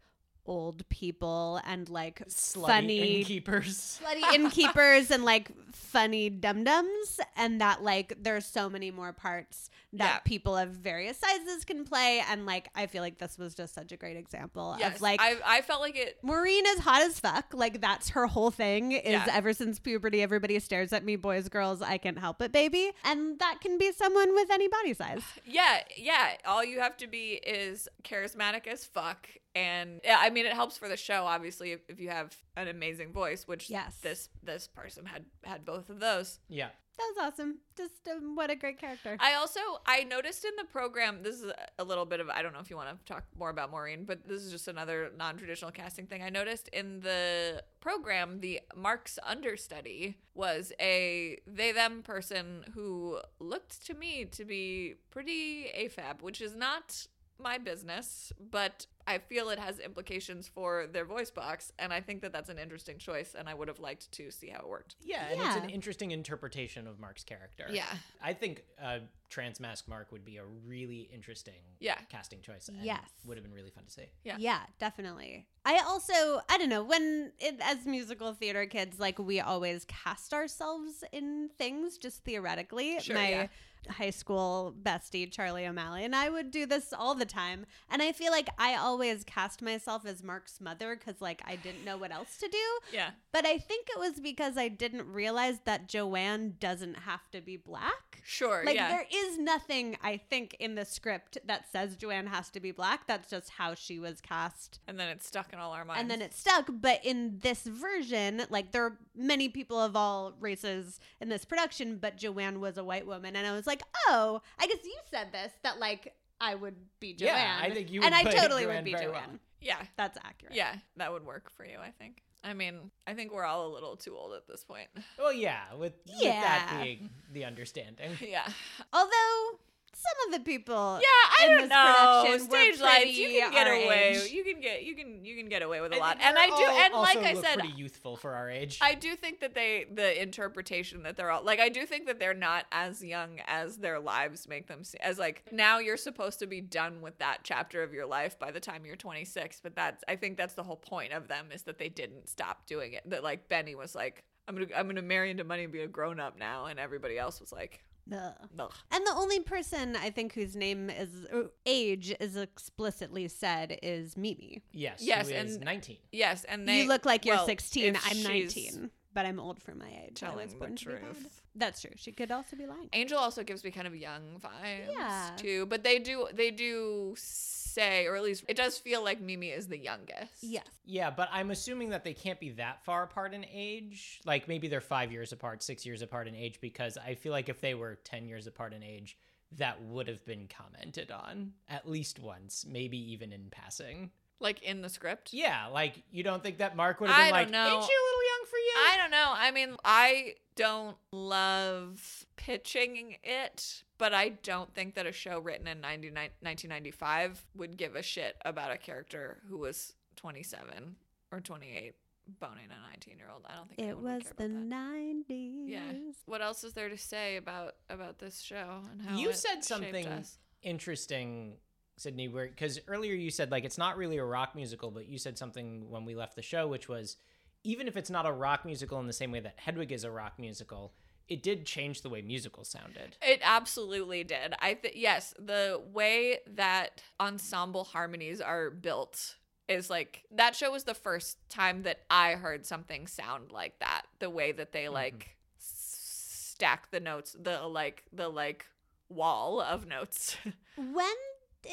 old people and like Slutty funny innkeepers. <laughs> slutty innkeepers and like funny dum dums and that like there's so many more parts that Yeah. people of various sizes can play and like I feel like this was just such a great example Yes, of like I I felt like it Maureen is hot as fuck. Like that's her whole thing is Yeah. ever since puberty, everybody stares at me, boys, girls, I can't help it, baby. And that can be someone with any body size. Yeah, yeah. All you have to be is charismatic as fuck and yeah, I mean it helps for the show obviously if, if you have an amazing voice, which Yes. this this person had had both of those. Yeah. That was awesome. Just um, what a great character. I also I noticed in the program this is a little bit of I don't know if you want to talk more about Maureen, but this is just another non-traditional casting thing. I noticed in the program the Mark's understudy was a they them person who looked to me to be pretty AFAB, which is not my business, but I feel it has implications for their voice box, and I think that that's an interesting choice, and I would have liked to see how it worked. Yeah, and it's an Yeah. interesting interpretation of Mark's character. Yeah. I think uh, Trans Mask Mark would be a really interesting Yeah. casting choice. And Yes. Would have been really fun to see. Yeah. definitely. I also, I don't know, when it, as musical theater kids, like we always cast ourselves in things just theoretically. Sure, My yeah. high school bestie, Charlie O'Malley, and I would do this all the time. And I feel like I always cast myself as Mark's mother because, like, I didn't know what else to do. Yeah. But I think it was because I didn't realize that Joanne doesn't have to be black. Sure. Like yeah. there is nothing I think in the script that says Joanne has to be black. That's just how she was cast. and then it's stuck in all our minds. And then it stuck, but in this version, like there are many people of all races in this production, but Joanne was a white woman, and I was like, oh, I guess you said this that like I would be Joanne. Yeah, I think you would and I play totally Joanne would be very Joanne. well. yeah, That's accurate. yeah, that would work for you, I think. I mean, I think we're all a little too old at this point. <laughs> Well, yeah, with, with that Yeah. being <laughs> the understanding. yeah, Although some of the people, yeah. I In don't this know. production, we're Stage lights, you pretty can get our away. age. You can get you can you can get away with a I lot. think And we're I do. all And like also I look said, pretty youthful for our age. I do think that they the interpretation that they're all like I do think that they're not as young as their lives make them seem as like now you're supposed to be done with that chapter of your life by the time you're 26 but that's I think that's the whole point of them is that they didn't stop doing it that like Benny was like I'm gonna I'm gonna marry into money and be a grown up now and everybody else was like Ugh. Ugh. And the only person I think whose name is uh, age is explicitly said is Mimi. yes. Yes, who is and- 19. yes and they you look like you're well, 16. if I'm she's 19, but I'm old for my age. I telling was the born to be bad. truth. That's true. She could also be lying. Angel also gives me kind of young vibes Yeah. too, but they do they do say or at least it does feel like Mimi is the youngest. Yes. Yeah, but I'm assuming that they can't be that far apart in age. Like maybe they're five years apart, six years apart in age, because I feel like if they were 10 years apart in age, that would have been commented on at least once, maybe even in passing. like in the script. Yeah, like you don't think that Mark would have been I like, don't know. ain't she a little young for you? I don't know. I mean, I don't love pitching it, but I don't think that a show written in 99 1995 would give a shit about a character who was 27 or 28 boning a 19 year old. I don't think It anyone would was care the about that. 90s. What else is there to say about about this show and how You it said shaped something- us? Interesting, Sydney, where because earlier you said like it's not really a rock musical, but you said something when we left the show, which was even if it's not a rock musical in the same way that Hedwig is a rock musical, it did change the way musicals sounded. It absolutely did. I think yes, the way that ensemble harmonies are built is like that show was the first time that I heard something sound like that. The way that they like s stack the notes, the like the like wall of notes. <laughs> When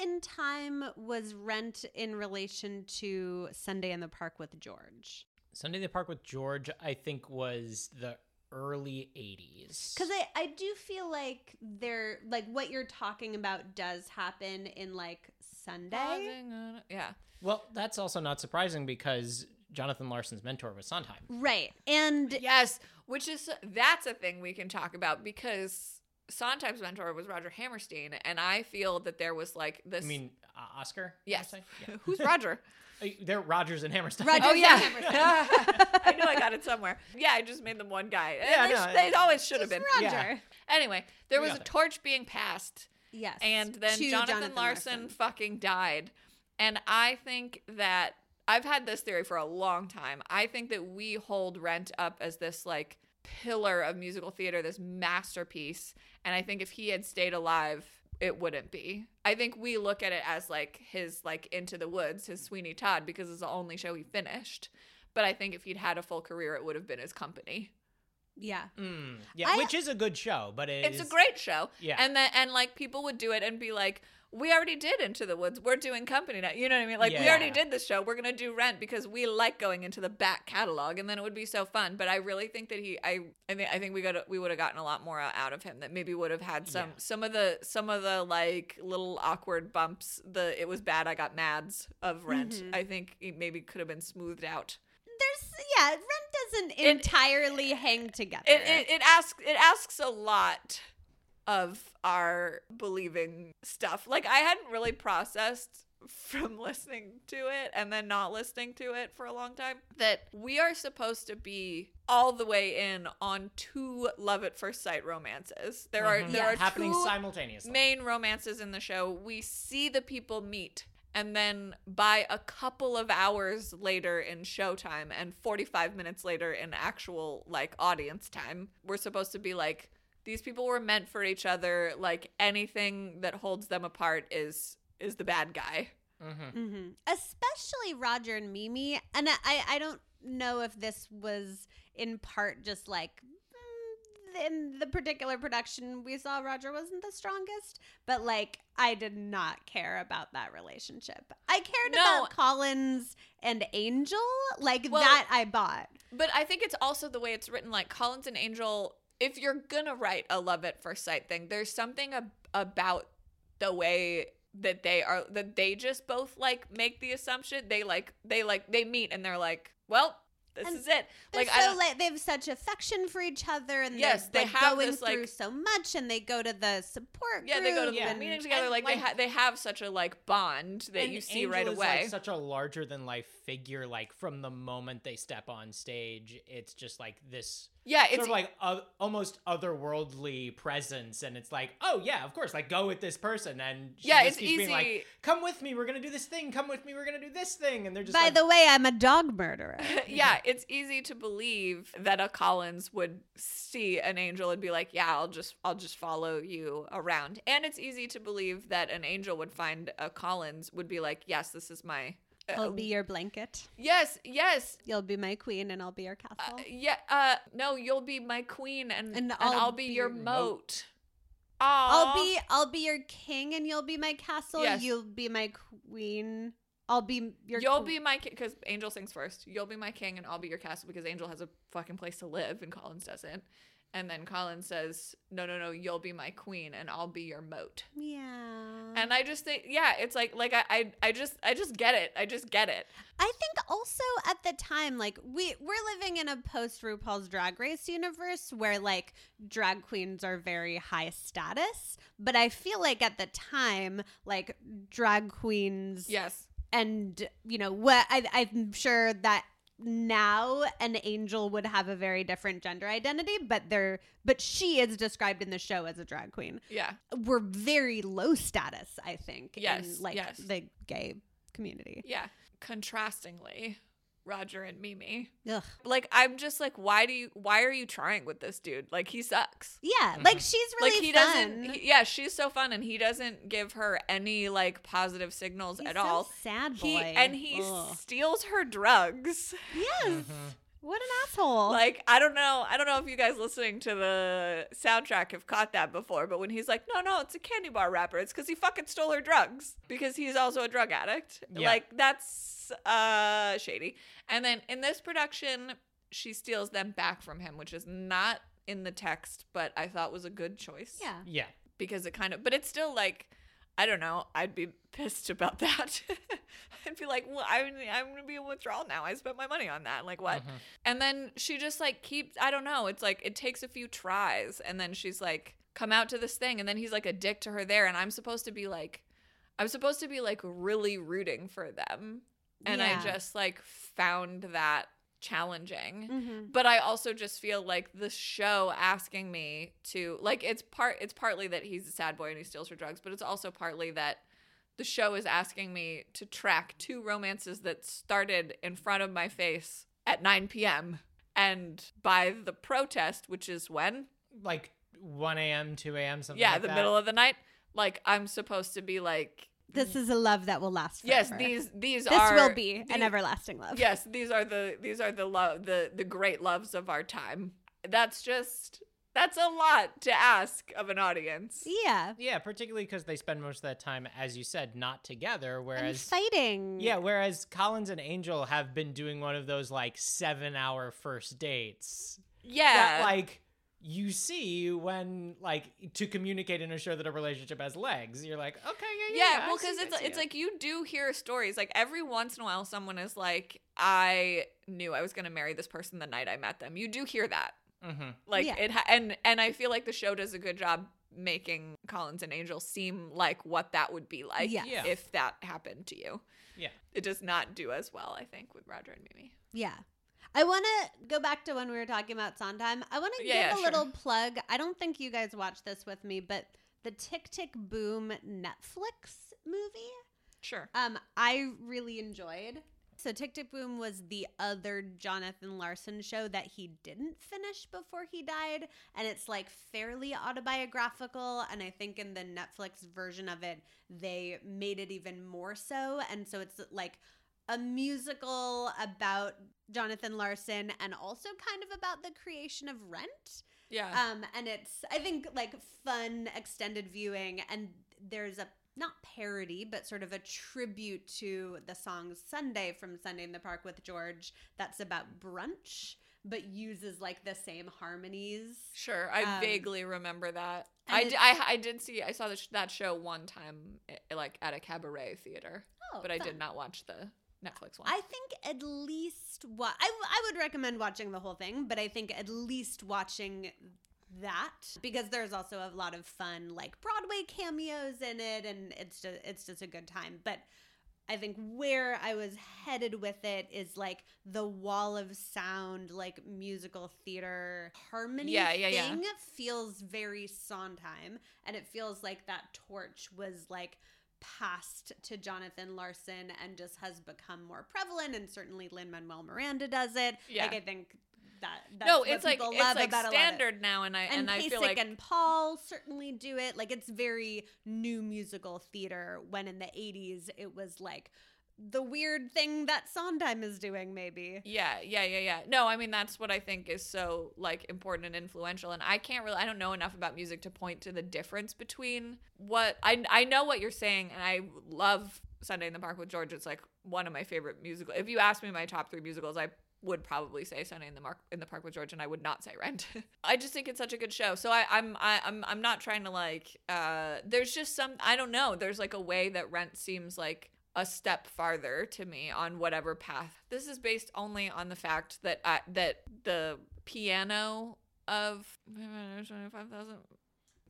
in time was Rent in relation to Sunday in the Park with George? Sunday in the Park with George, I think, was the early 80s. Because I, I do feel like they're like what you're talking about does happen in like Sunday. Pausing on- yeah. well, that's also not surprising because Jonathan Larson's mentor was Sondheim. Right. And Yes, which is that's a thing we can talk about because Sondheim's mentor was Roger Hammerstein and I feel that there was like this I mean, uh, Oscar? you're yes. saying? Yeah. <laughs> Who's Roger? Uh, <laughs> They're Rogers and Hammerstein. Rogers- Oh Just yeah, on Hammerstein. <laughs> I knew I got it somewhere. Yeah, I just made them one guy. Yeah, Yeah, they, no, sh- they it- always should have Just been. Roger. Yeah. Anyway, there We was got a there. torch being passed, Yes. and then To Jonathan, Larson, fucking died. And I think that I've had this theory for a long time. I think that we hold Rent up as this like pillar of musical theater, this masterpiece. And I think if he had stayed alive, it wouldn't be. I think we look at it as like his like Into the Woods, his Sweeney Todd, because it's the only show he finished. But I think if he'd had a full career, it would have been his company. Yeah. Mm, yeah, I- which is a good show, but it It's a is- great show. Yeah. And then and like people would do it and be like, We already did Into the Woods. We're doing company now. You know what I mean? Like we Yeah. already did this show. We're gonna do rent because we like going into the back catalog and then it would be so fun. But I really think that he I I think I think we got we would have gotten a lot more out of him that maybe would have had some Yeah. some of the some of the like little awkward bumps, the it was bad, I got mads of rent. Mm-hmm. Mhm. I think it maybe could have been smoothed out. There's yeah, rent doesn't It- entirely hang together. it, it, it asks it asks a lot of our believing stuff like i hadn't really processed from <laughs> listening to it and then not listening to it for a long time that we are supposed to be all the way in on two love at first sight romances there are Mhm. there Yeah. are happening two simultaneously. main romances in the show we see the people meet and then by a couple of hours later in showtime and 45 minutes later in actual like audience time we're supposed to be like these people were meant for each other like anything that holds them apart is is the bad guy Mhm. hmm Especially Roger and Mimi. And I- I, I don't know if this was in part just like mm, in the particular production we saw, Roger wasn't the strongest, but like I did not care about that relationship. I cared No. about Collins and Angel. Like Well- that I bought. But I think it's also the way it's written. Like Collins and Angel, if you're gonna write a love at first sight thing, there's something ab- about the way that they are that they just both like make the assumption they like they like they meet and they're like, well, this And is it. They're Like I so don't- like they have such affection for each other, and Yes, they're, they like, have going this, like- through so much, and they go to the support. yeah, they go to the group Yeah. and- meeting together. and, Like, they like- ha- they have such a like bond that And you see Angel right is, away. Like, such a larger than life figure. Like from the moment they step on stage, it's just like this yeah, sort it's of like o- almost otherworldly presence, and it's like, oh yeah, of course, like go with this person, and she yeah, it's just keeps easy. Being like, come with me, we're gonna do this thing. Come with me, we're gonna do this thing, and they're just By like, the way, I'm a dog <laughs> murderer. yeah, it's easy to believe that a Collins would see an angel and be like, "Yeah, I'll just I'll just follow you around." And it's easy to believe that an angel would find a Collins would be like, "Yes, this is my uh, I'll be your blanket. Yes, yes. You'll be my queen, and I'll be your Uh, castle. yeah, uh no, you'll be my queen and and, I'll, be, your your moat." I'll Aw. be I'll be your king, and you'll be my castle. Yes. You'll be my queen. I'll be your. You'll queen. be my king because Angel sings first. You'll be my king, and I'll be your castle because Angel has a fucking place to live, and Collins doesn't. And then Collins says, "No, no, no. You'll be my queen, and I'll be your moat." Yeah. And I just think, yeah, it's like, like I, I, I just, I just get it. I just get it. I think also at the time, like we we're living in a post RuPaul's Drag Race universe where like drag queens are very high status, but I feel like at the time, like drag queens Yes. and you know what I, i'm sure that now an angel would have a very different gender identity but they're but she is described in the show as a drag queen Yeah. we're very low status i think Yes, in like yes. the gay community Yeah. Contrastingly, Roger and Mimi. Ugh. Like, I'm just like, why do you, why are you trying with this dude? Like, he sucks. yeah Mhm. like she's really Mm-hmm. like, he fun doesn't, he- yeah, she's so fun and he doesn't give her any like positive signals He's at so all. sad boy He, and he Ugh. steals her drugs. yes Mhm. what an asshole Like, I don't know. I don't know if you guys listening to the soundtrack have caught that before, but when he's like, no, no, it's a candy bar wrapper, it's because he fucking stole her drugs because he's also a drug addict. Yeah. Like, that's uh, shady. And then in this production, she steals them back from him, which is not in the text, but I thought was a good choice. yeah yeah, Because it kind of, but it's still like, I don't know. I'd be pissed about <laughs> that. I'd be like, well, I'm, I'm going to be in withdrawal now. I spent my money on that. Like, what? Mhm. And then she just like keeps, I don't know, it's like it takes a few tries. And then she's like, come out to this thing. And then he's like a dick to her there. And I'm supposed to be like, I'm supposed to be like really rooting for them. And Yeah. I just like found that challenging. Mhm. But I also just feel like the show asking me to like it's part it's partly that he's a sad boy and he steals her drugs, but it's also partly that the show is asking me to track two romances that started in front of my face at 9 p.m. and by the protest, which is when like one a.m., two a.m., something. yeah, like the that. middle of the night, like I'm supposed to be like this is a love that will last forever. yes, these these this are will be these- an everlasting love Yes, these are the these are the love the the great loves of our time. That's just that's a lot to ask of an audience. Yeah. Yeah, particularly because they spend most of that time, as you said, not together. And Whereas, fighting. yeah, whereas Collins and Angel have been doing one of those like seven hour first dates that Yeah. like you see when like to communicate and ensure that a relationship has legs. You're like, okay, yeah, yeah, yeah, I well, see, because I it's see it's it. like you do hear stories. Like every once in a while, someone is like, "I knew I was going to marry this person the night I met them." You do hear that, Mhm. like Yeah. it, ha- and and I feel like the show does a good job making Collins and Angel seem like what that would be like Yeah. Yeah. if that happened to you. Yeah. It does not do as well, I think, with Roger and Mimi. Yeah. I want to go back to when we were talking about Sondheim. I want to Yeah, yeah, give a sure. little plug. I don't think you guys watched this with me, but the Tick Tick Boom Netflix movie. Sure. Um, I really enjoyed. So Tick Tick Boom was the other Jonathan Larson show that he didn't finish before he died, and it's like fairly autobiographical. And I think in the Netflix version of it, they made it even more so. And so it's like a musical about Jonathan Larson and also kind of about the creation of Rent. <laughs> Yeah. Um, and it's I think like fun extended viewing, and there's a not parody, but sort of a tribute to the song Sunday from Sunday in the Park with George. That's about brunch, but uses like the same harmonies. Sure, I Um, vaguely remember that. and I, d- it's- I I did see I saw the sh- that show one time i- like at a cabaret theater, Oh, but I fun. did not watch the Netflix one. I think at least what I, I would recommend watching the whole thing, but I think at least watching that because there's also a lot of fun like Broadway cameos in it, and it's just it's just a good time. But I think where I was headed with it is like the wall of sound, like musical theater harmony Yeah, yeah, yeah. thing feels very Sondheim, and it feels like that torch was like passed to Jonathan Larson and just has become more prevalent, and certainly Lin Manuel Miranda does it. Yeah. Like I think that that's no, what it's like people it's love like about a lot of standard now, and I and, and, I Pasek feel like and Paul certainly do it. Like it's very new musical theater when in the 80s it was like the weird thing that Sondheim is doing maybe. yeah, yeah, yeah, yeah. No, I mean that's what I think is so like important and influential, and I can't really I don't know enough about music to point to the difference between what I I know what you're saying, and I love Sunday in the Park with George. It's like one of my favorite musical. If you ask me my top three musicals, I would probably say Sunday in the Mark in the Park with George, and I would not say Rent. <laughs> I just think it's such a good show. So I, I'm I, I'm I'm not trying to like. Uh, there's just some I don't know. There's like a way that Rent seems like a step farther to me on whatever path. This is based only on the fact that I, that the piano of twenty five thousand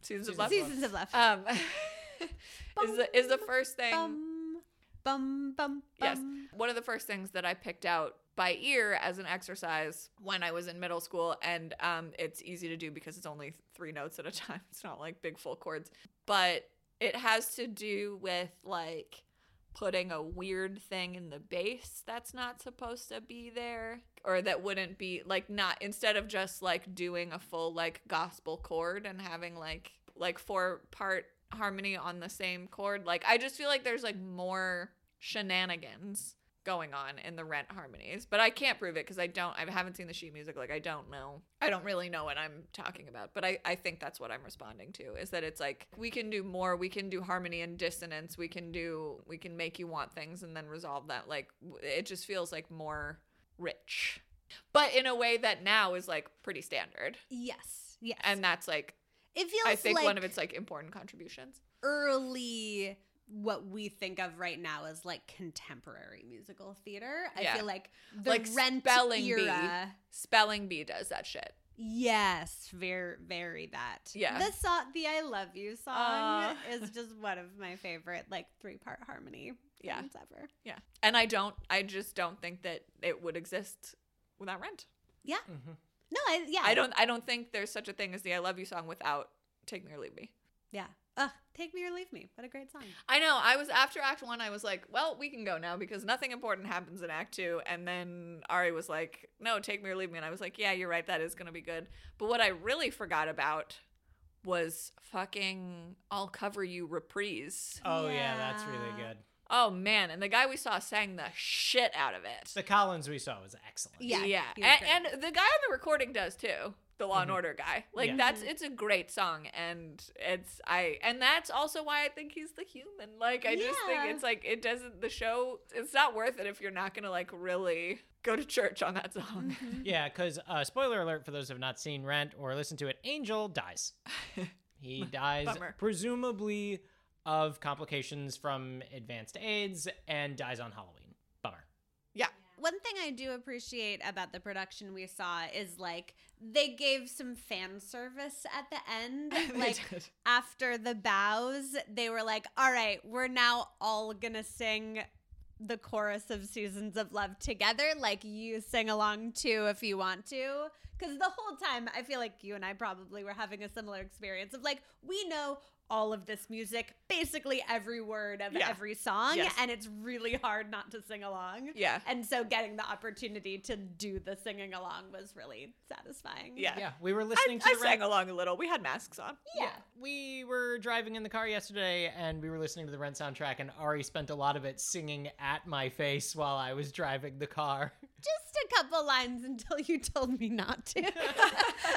seasons of love Seasons of Love. um, <laughs> is the is the first thing. Um, bum bum bum. Um, Yes. bum. One of the first things that I picked out by ear as an exercise when I was in middle school, and um, it's easy to do because it's only three notes at a time. <laughs> It's not like big full chords, but it has to do with like putting a weird thing in the bass that's not supposed to be there or that wouldn't be like not instead of just like doing a full like gospel chord and having like like four part harmony on the same chord like i just feel like there's like more shenanigans going on in the rent harmonies but i can't prove it because i don't i haven't seen the sheet music like i don't know i don't really know what i'm talking about but I, I think that's what i'm responding to is that it's like we can do more we can do harmony and dissonance we can do we can make you want things and then resolve that like w- it just feels like more rich but in a way that now is like pretty standard Yes. Yes. and that's like it feels i think like one of its like important contributions early what we think of right now as like contemporary musical theater. I Yeah. feel like the Like rent Spelling Bee. era. spelling bee does that shit Yes, very, very that. Yeah. Uh. The song, the "I Love You" song Aw. is just one of my favorite, like three part harmony. Yeah. things ever. Yeah. And I don't I just don't think that it would exist without rent. Mhm. No, I yeah, I don't I don't think there's such a thing as the I love you song without Take Me or Leave Me. Yeah. Ugh, take me or leave me. What a great <laughs> song. I know. I was after act 1 I was like, well, we can go now because nothing important happens in act 2 and then Ari was like, no, Take Me or Leave Me and I was like, yeah, you're right, that is going to be good. But what I really forgot about was fucking I'll cover you reprise. Oh yeah, that's Yeah. really good. Oh man, and the guy we saw sang the shit out of it. The Collins we saw was excellent. Yeah, yeah, he was great. Mm-hmm. and, and the guy on the recording does too. The Law and Mhm. Order guy, like Yeah. that's it's a great song, and it's I and that's also why I think he's the human. Like I just think Yeah. it's like it doesn't the show. It's not worth it if you're not gonna like really go to church on that song. Mm-hmm. Yeah, because uh, spoiler alert for those who have not seen Rent or listened to it, Angel <laughs> dies. He dies Bummer. presumably of complications from advanced AIDS and dies on Halloween. Bummer. One thing I do appreciate about the production we saw is like they gave some fan service at the end. <laughs> They Mm-hmm. like did. after the bows, they were like, all right, we're now all gonna sing the chorus of Seasons of Love together. Like you sing along too if you want to. Cause the whole time I feel like you and I probably were having a similar experience of like, we know all of this music, basically every word of Yeah. every song, Yes. and it's really hard not to sing along. yeah, And so getting the opportunity to do the singing along was really satisfying. yeah. Yeah, we were Uh, I, listening I to sang Rent. along a little. We had masks on. Yeah. We were driving in the car yesterday and we were listening to the Rent soundtrack, and Ari spent a lot of it singing at my face while I was driving the car. <laughs> Just a couple lines until you told me not to.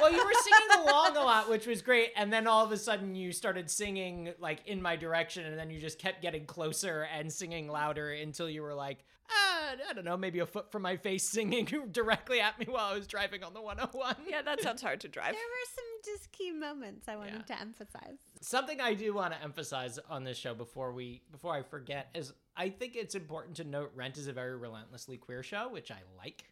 well, you were singing along a lot, which was great, and then all of a sudden you started singing like in my direction, and then you just kept getting closer and singing louder until you were like, ah, I don't know, maybe a foot from my face, singing <laughs> directly at me while I was driving on the 101. Yeah, that sounds hard to drive. there were some just key moments I wanted to emphasize. Something I do want to emphasize on this show before we before I forget is I think it's important to note Rent is a very relentlessly queer show, which I like.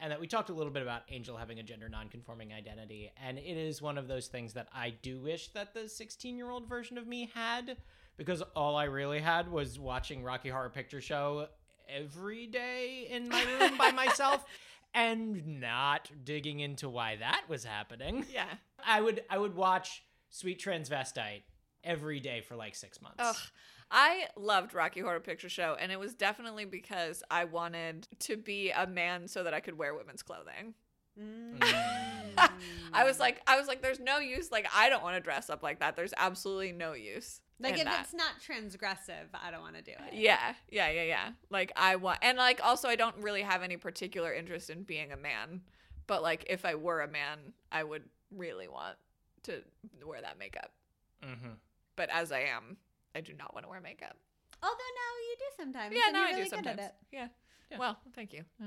And that we talked a little bit about Angel having a gender nonconforming identity, and it is one of those things that I do wish that the 16-year-old version of me had because all I really had was watching Rocky Horror Picture Show every day in my room by myself and not digging into why that was happening. <laughs> Yeah. I would I would watch Sweet Transvestite every day for like six months. Ugh. I loved Rocky Horror Picture Show, and it was definitely because I wanted to be a man so that I could wear women's clothing. Mm. Mm-hmm. I was like, I was like, there's no use. Like, I don't want to dress up like that. There's absolutely no use. like in if that. it's not transgressive, I don't want to do it. yeah, yeah, yeah, yeah. Like I want, and like also, I don't really have any particular interest in being a man. But like, if I were a man, I would really want to wear that makeup. Mhm. But as I am, I do not want to wear makeup. Although now you do sometimes. Yeah, and no, you're I really do good at sometimes. it. Yeah. Yeah. Well, thank you. Uh,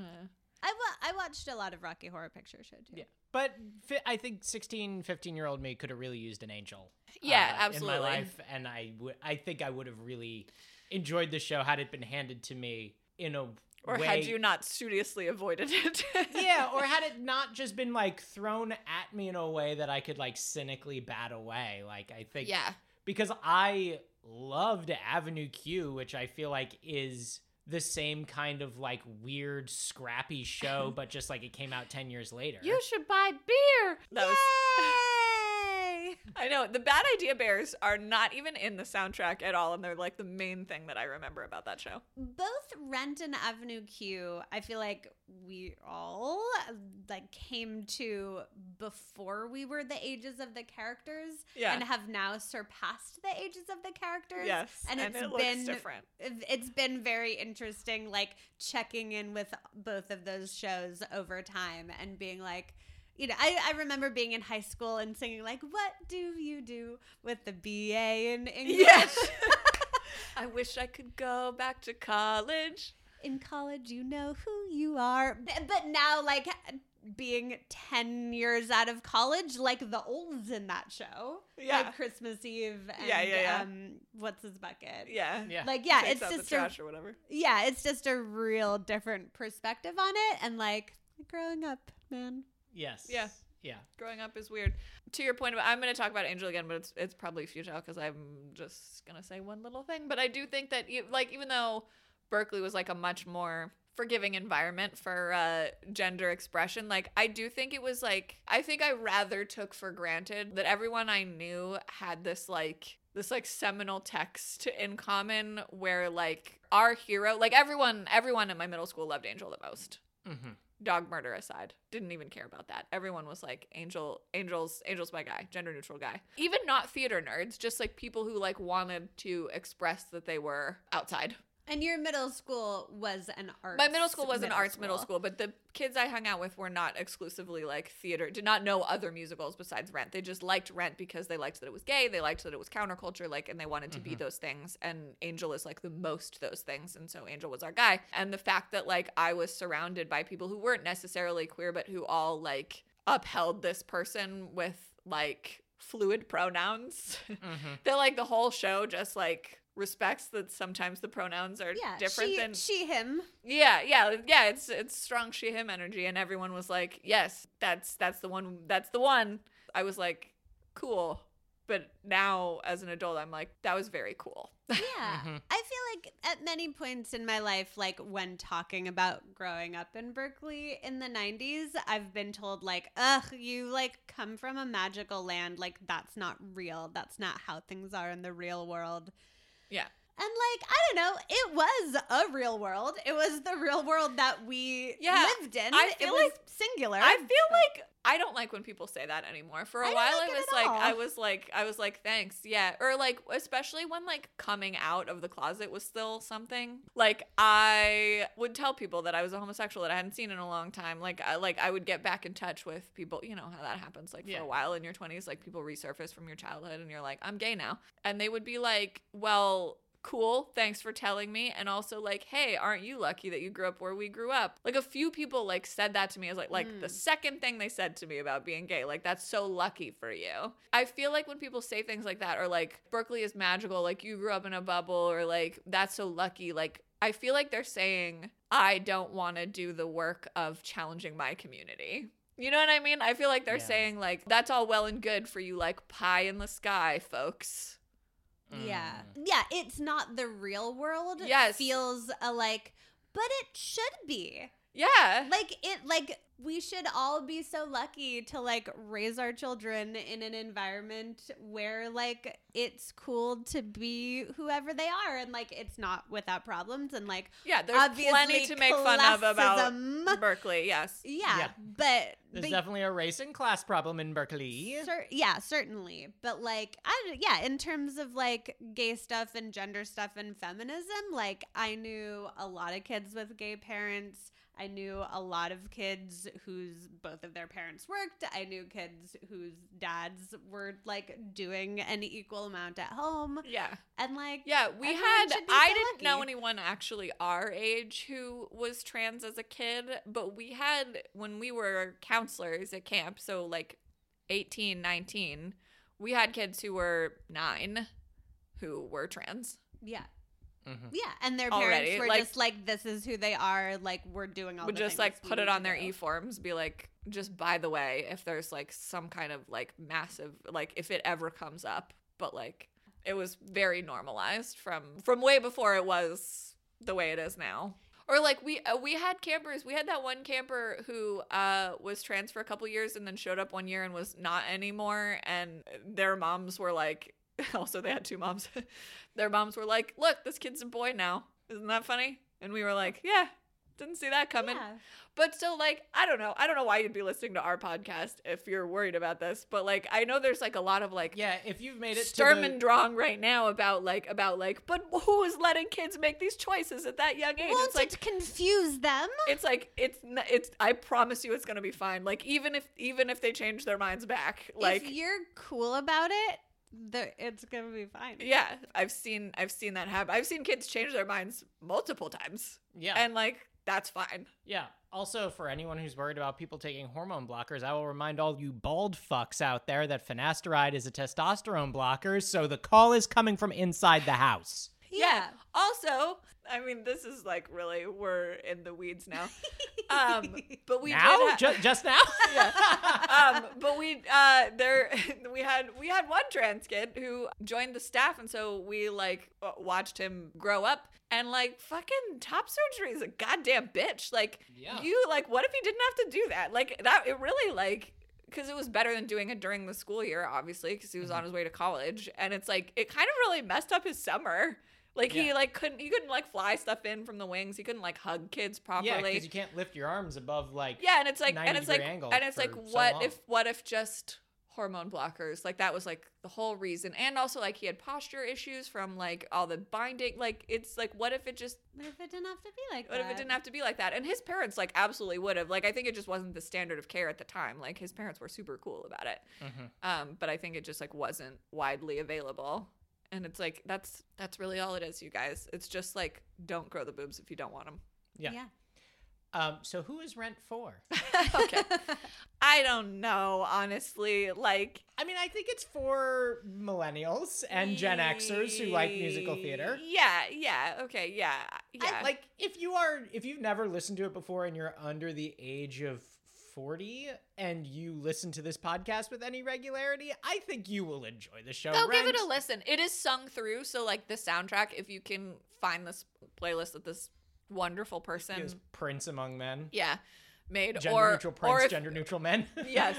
I, wa- I watched a lot of Rocky Horror Picture Show too. Yeah. But fi- I think 16, 15 year old me could have really used an angel. uh, Yeah, In absolutely. my life, and I would I think I would have really enjoyed the show had it been handed to me in a or way. had you not studiously avoided it. <laughs> yeah, or had it not just been like thrown at me in a way that I could like cynically bat away. Like I <laughs> think yeah. because I loved Avenue Q, which I feel like is the same kind of like weird, scrappy <laughs> show, but just like it came out 10 years later. should buy beer. That was, Yay! <laughs> I know the Bad Idea Bears are not even in the soundtrack at all, and they're like the main thing that I remember about that show. both Rent and Avenue Q, I feel like we all like came to before we were the ages of the characters Yeah. and have now surpassed the ages of the characters. Yes, and and, it's it looks been- different. It- It's been very interesting like checking in with both of those shows over time and being like you know, I, I remember being in high school and singing like, "What do you do with the BA in English?" Yes. <laughs> I wish I could go back to college. <laughs> in college you know who you are B- but now like being 10 years out of college like the olds in that show Yeah. like christmas eve and Yeah, yeah, yeah. um what's his bucket Yeah. Yeah. like yeah Takes out it's the just a, trash or whatever. yeah it's just a real different perspective on it and like growing up man yes. Yeah. Yeah. Growing up is weird. To your point about, I'm going to talk about Angel again, but it's it's probably futile because I'm just going to say one little thing. But I do think that e- like even though Berkeley was like a much more forgiving environment for uh, gender expression, like I do think it was like I think I rather took for granted that everyone I knew had this like this like seminal text in common where like our hero like everyone everyone in my middle school loved Angel the most hmm dog murder aside didn't even care about that everyone was like angel angels angels my guy gender neutral guy even not theater nerds just like people who like wanted to express that they were outside And your middle school was an arts. My middle school was an arts middle school, but the kids I hung out with were not exclusively like theater, did not know other musicals besides Rent. They just liked Rent because they liked that it was gay, they liked that it was counterculture, like, and they wanted to Mm-hmm. be those things. And Angel is like the most those things. And so Angel was our guy. And the fact that like I was surrounded by people who weren't necessarily queer, but who all like upheld this person with like fluid pronouns. <laughs> Mhm. that like the whole show just like respects that sometimes the pronouns are Yeah, different she, than she <laughs> him. yeah yeah yeah it's it's strong she him energy and everyone was like yes that's that's the one that's the one i was like cool but now as an adult i'm like that was very cool Yeah. Mhm. I feel like at many points in my life, like when talking about growing up in Berkeley in the 90s, I've been told, like, ugh, you like come from a magical land. Like, that's not real. That's not how things are in the real world. Yeah. And like, I don't know, it was a real world. It was the real world that we Yeah, lived in. I feel it was like- singular. I feel like I don't like when people say that anymore. For a I don't while, like I it was at like, all. I was like, I was like, thanks, yeah, or like, especially when like coming out of the closet was still something. Like I would tell people that I was a homosexual that I hadn't seen in a long time. Like, I like I would get back in touch with people. You know how that happens. Like Yeah. for a while in your twenties, like people resurface from your childhood, and you're like, I'm gay now, and they would be like, well. Cool, thanks for telling me. And also like, hey, aren't you lucky that you grew up where we grew up? Like a few people like said that to me as like like the Mm. second thing they said to me about being gay like that's so lucky for you i feel like when people say things like that or like berkeley is magical like you grew up in a bubble or like that's so lucky like i feel like they're saying i don't want to do the work of challenging my community you know what i mean i feel like they're Yeah. saying like that's all well and good for you like pie in the sky folks Yeah. Mm. Yeah, it's not the real world. Yes. Feels a like, but it should be. yeah Like it like we should all be so lucky to like raise our children in an environment where like it's cool to be whoever they are and like it's not without problems and like yeah there's plenty obviously to make fun of about classism. berkeley yes <laughs> yeah, Yeah. but There's but definitely a race and class problem in Berkeley. Cer- yeah, certainly. But like, I d- yeah, in terms of like gay stuff and gender stuff and feminism, like I knew a lot of kids with gay parents. I knew a lot of kids whose both of their parents worked. I knew kids whose dads were like doing an equal amount at home. yeah And like, Yeah, we Everyone had. should be I so didn't know lucky. anyone actually our age who was trans as a kid, but we had when we were counselors at camp, so like 18, 19, we had kids who were nine who were trans. yeah, Mhm. yeah. And their Already, parents were like- just like, this is who they are. Like, we're doing all Would the just things like we put it need on to their do. e forms, be like, just by the way, if there's like some kind of like massive, like if it ever comes up, but like it was very normalized from from way before it was the way it is now. Or like we uh, we had campers. We had that one camper who uh, was trans for a couple years and then showed up one year and was not anymore. And their moms were like, <laughs> also they had two moms. <laughs> their moms were like, "Look, this kid's a boy now. Isn't that funny?" And we were like, "Yeah, didn't see that coming." Yeah. But still, like, I don't know. I don't know why you'd be listening to our podcast if you're worried about this. But like, I know there's like a lot of like Yeah, if you've made it Sturm to and the, drang right now about like about like, but who is letting kids make these choices at that young age? Won't it's like it confuse them? it's like it's n- it's. I promise you, it's gonna be fine. Like even if even if they change their minds back, like if you're cool about it, the, it's gonna be fine. yeah, I've seen I've seen that happen. I've seen kids change their minds multiple times, yeah, and like that's fine. yeah. Also, for anyone who's worried about people taking hormone blockers, I will remind all you bald fucks out there that finasteride is a testosterone blocker, so the call is coming from inside the house. Yeah. Also, I mean, this is like really we're in the weeds <laughs> now. Um, but we now, did ha- Ju- just now. um, but we uh, there <laughs> we had we had one trans kid who joined the staff, and so we like w- watched him grow up. And like fucking top surgery is a goddamn bitch. Like <laughs> Yeah. you like what if he didn't have to do that? Like that it really like because it was better than doing it during the school year, obviously, because he was Mm-hmm. on his way to college. And it's like it kind of really messed up his summer. Like he Yeah. like couldn't he couldn't like fly stuff in from the wings. He couldn't like hug kids properly. yeah, because you can't lift your arms above like Yeah, and it's like, and 90 it's like, degree angle and it's for like, so what long. if, what if just hormone blockers. Like that was like the whole reason. And also like he had posture issues from like all the binding. Like it's like what if it just What if it didn't have to be like what that? if it didn't have to be like that? And his parents like absolutely would have. Like I think it just wasn't the standard of care at the time. Like his parents were super cool about it. Mhm. Um but I think it just like wasn't widely available. And it's like that's that's really all it is, you guys. It's just like don't grow the boobs if you don't want them. Yeah. Mm-hmm. Um, so who is Rent for? okay. I don't know, honestly. Like I mean, I think it's for millennials and Gen Xers who like musical theater. Yeah, yeah, okay, yeah, yeah. I- like if you are if you've never listened to it before and you're under the age of 40 and you listen to this podcast with any regularity, I think you will enjoy the show. Go give it Rent. a listen. It is sung through, so like the soundtrack. If you can find this playlist that this wonderful person, It was Prince among men. yeah, made Gender or neutral or prince, <laughs> if, gender neutral men. <laughs> Yes.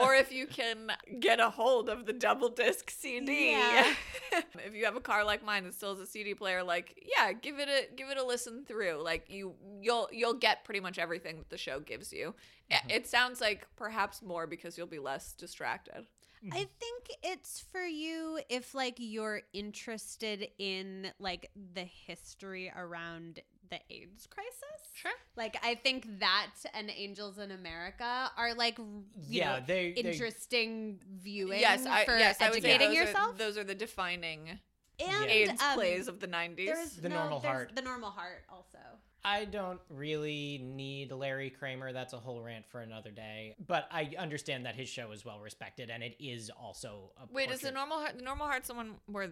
or if you can get a hold of the double disc CD. Yeah. <laughs> if you have a car like mine that still has a CD player, like yeah, give it a give it a listen through. Like you you'll you'll get pretty much everything that the show gives you. Mm-hmm. Yeah, It sounds like perhaps more because you'll be less distracted. I think it's for you if like you're interested in like the history around the AIDS crisis. Sure. Like I think that and Angels in America are like you yeah, know, they, they interesting viewing yes, I, for yes, I would say those educating are- yourself. those are the defining and AIDS um, plays of the nineties. there's The no, Normal there's Heart. The normal heart also. I don't really need Larry Kramer. That's a whole rant for another day. But I understand that his show is well respected and it is also a Wait, is the portrait- normal heart the normal heart someone where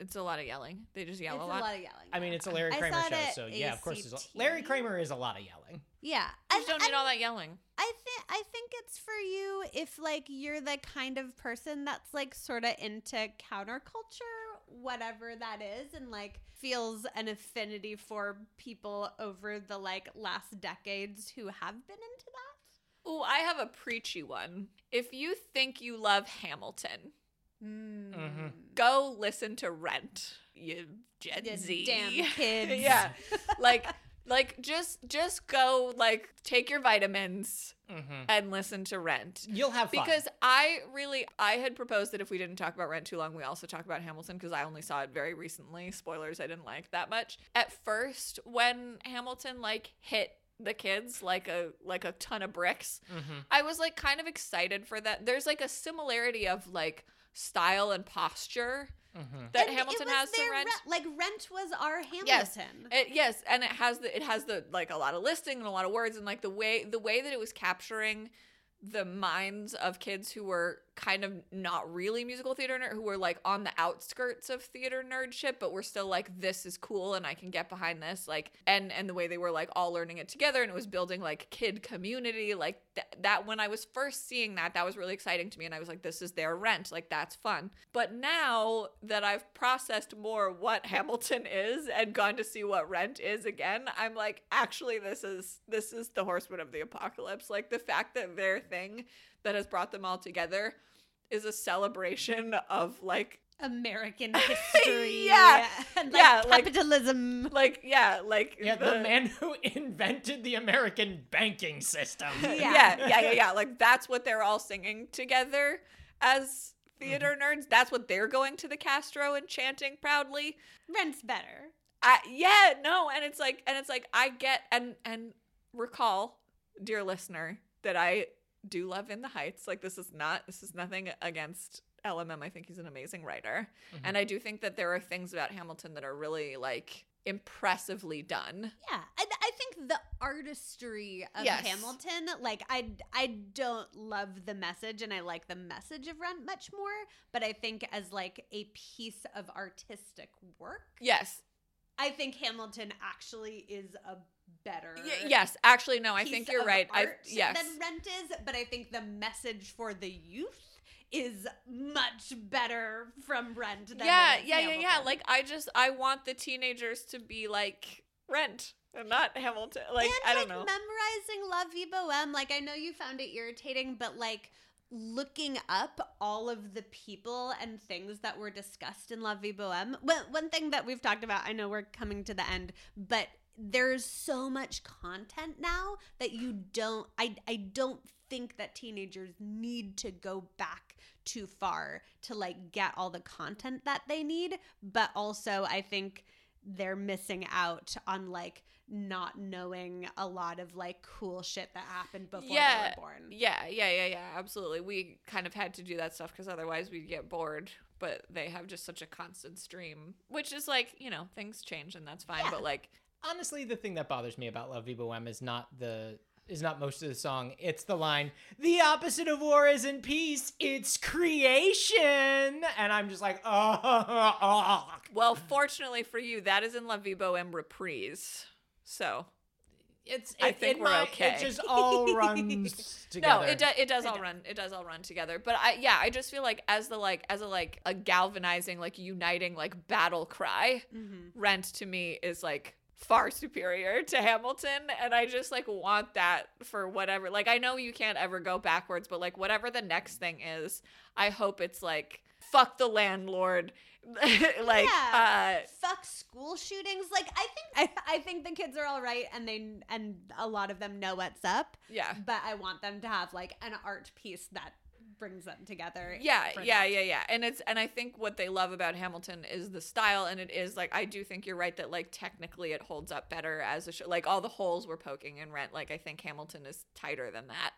it's a lot of yelling? They just yell it's a lot. of yelling. I mean, it's a Larry I Kramer saw it show, at so yeah, of course. There's ACT. a, Larry Kramer is a lot of yelling. yeah. You just And- don't and need all that yelling. I think I think it's for you if like you're the kind of person that's like sort of into counterculture, whatever that is, and like feels an affinity for people over the like last decades who have been into that. Ooh, I have a preachy one. If you think you love Hamilton, Mhm. go listen to Rent. You Gen You Z. <laughs> damn kids. yeah. Like like just just go like take your vitamins Mm-hmm. and listen to Rent. You'll have fun. Because I really I had proposed that if we didn't talk about Rent too long, we also talk about Hamilton because I only saw it very recently. Spoilers, I didn't like that much. At first, when Hamilton like hit the kids like a like a ton of bricks, Mhm. I was like kind of excited for that. There's like a similarity of like style and posture Mhm. that And it Hamilton was has to their Rent. Re- like Rent was our Hamilton. Yes. It, yes, and it has the it has the like a lot of listing and a lot of words and like the way the way that it was capturing the minds of kids who were kind of not really musical theater nerd who were like on the outskirts of theater nerdship but were still like this is cool and I can get behind this like and and the way they were like all learning it together and it was building like kid community like th- that when I was first seeing that that was really exciting to me and I was like this is their rent like that's fun but now that I've processed more what Hamilton is and gone to see what Rent is again, I'm like, actually, this is this is the Horseman of the Apocalypse. Like the fact that their thing that has brought them all together is a celebration of like <laughs> American history. Yeah. And, Yeah, like- like capitalism. like yeah like Yeah, the, man <laughs> who invented the American banking system. yeah. Yeah. yeah yeah yeah like that's what they're all singing together as theater Mm-hmm. nerds that's what they're going to the Castro and chanting proudly Rent's better. I yeah, no, and it's like and it's like I get and and recall, dear listener, that I do love In the Heights. Like this is not this is nothing against LMM. I think he's an amazing writer. Mm-hmm. And I do think that there are things about Hamilton that are really like impressively done. Yeah, I, I think the artistry of Yes. Hamilton, like I, I don't love the message, and I like the message of Rent much more. But I think as like a piece of artistic work, Yes. I think Hamilton actually is a better. Y- yes, actually no, I piece think you're of right. I art yes. than Rent is, but I think the message for the youth is much better from Rent. Than yeah, it is yeah, yeah, yeah. Hamilton. Like I just I want the teenagers to be like Rent and not Hamilton. Like and I don't like know. memorizing La Vie Boheme. Like I know you found it irritating, but like looking up all of the people and things that were discussed in La Vie Boheme. One, one thing that we've talked about, I know we're coming to the end, but there's so much content now that you don't I I don't think that teenagers need to go back too far to like get all the content that they need, but also I think they're missing out on like not knowing a lot of like cool shit that happened before they Yeah. were born. Yeah, yeah, yeah, yeah, absolutely. We kind of had to do that stuff because otherwise we'd get bored. But they have just such a constant stream, which is like, you know, things change and that's fine. Yeah. But like, Honestly, the thing that bothers me about Love Viva Wem is not the is not most of the song. It's the line, "The opposite of war isn't peace; it's creation." And I'm just like, oh, well, fortunately for you, that is in La Vie Boheme reprise. So <laughs> it's. I it- think in we're my- okay. It <laughs> just all runs together. No, it, do, it does all run. It does all run together. But I, yeah, I just feel like as the like as a like a galvanizing, like uniting, like battle cry, Mm-hmm. Rent to me is like far superior to Hamilton, and I just like want that for whatever. Like I know you can't ever go backwards, but like whatever the next thing is, I hope it's like fuck the landlord, <laughs> like Yeah. uh, fuck school shootings like i think <laughs> I, I think the kids are all right and they and a lot of them know what's up yeah. but i want them to have like an art piece that brings them together Yeah, for yeah, that. yeah, yeah. And it's and I think what they love about Hamilton is the style and it is like I do think you're right that like technically it holds up better as a show. Like all the holes we're poking in Rent, like I think Hamilton is tighter than that.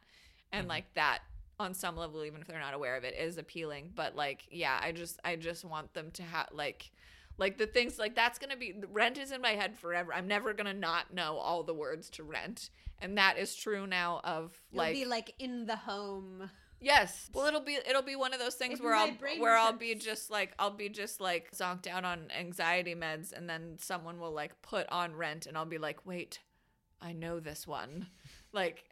And Mm-hmm. Mhm. like that on some level even if they're not aware of it is appealing, but like yeah, I just I just want them to have like like the things like that's going to be Rent is in my head forever. I'm never going to not know all the words to Rent. And that is true now of You'll like be like in the home Yes. Well, it'll be it'll be one of those things If where my I'll brain where I'll hurts. be just like I'll be just like zonked out on anxiety meds, and then someone will like put on Rent, and I'll be like, wait, I know this one, <laughs> like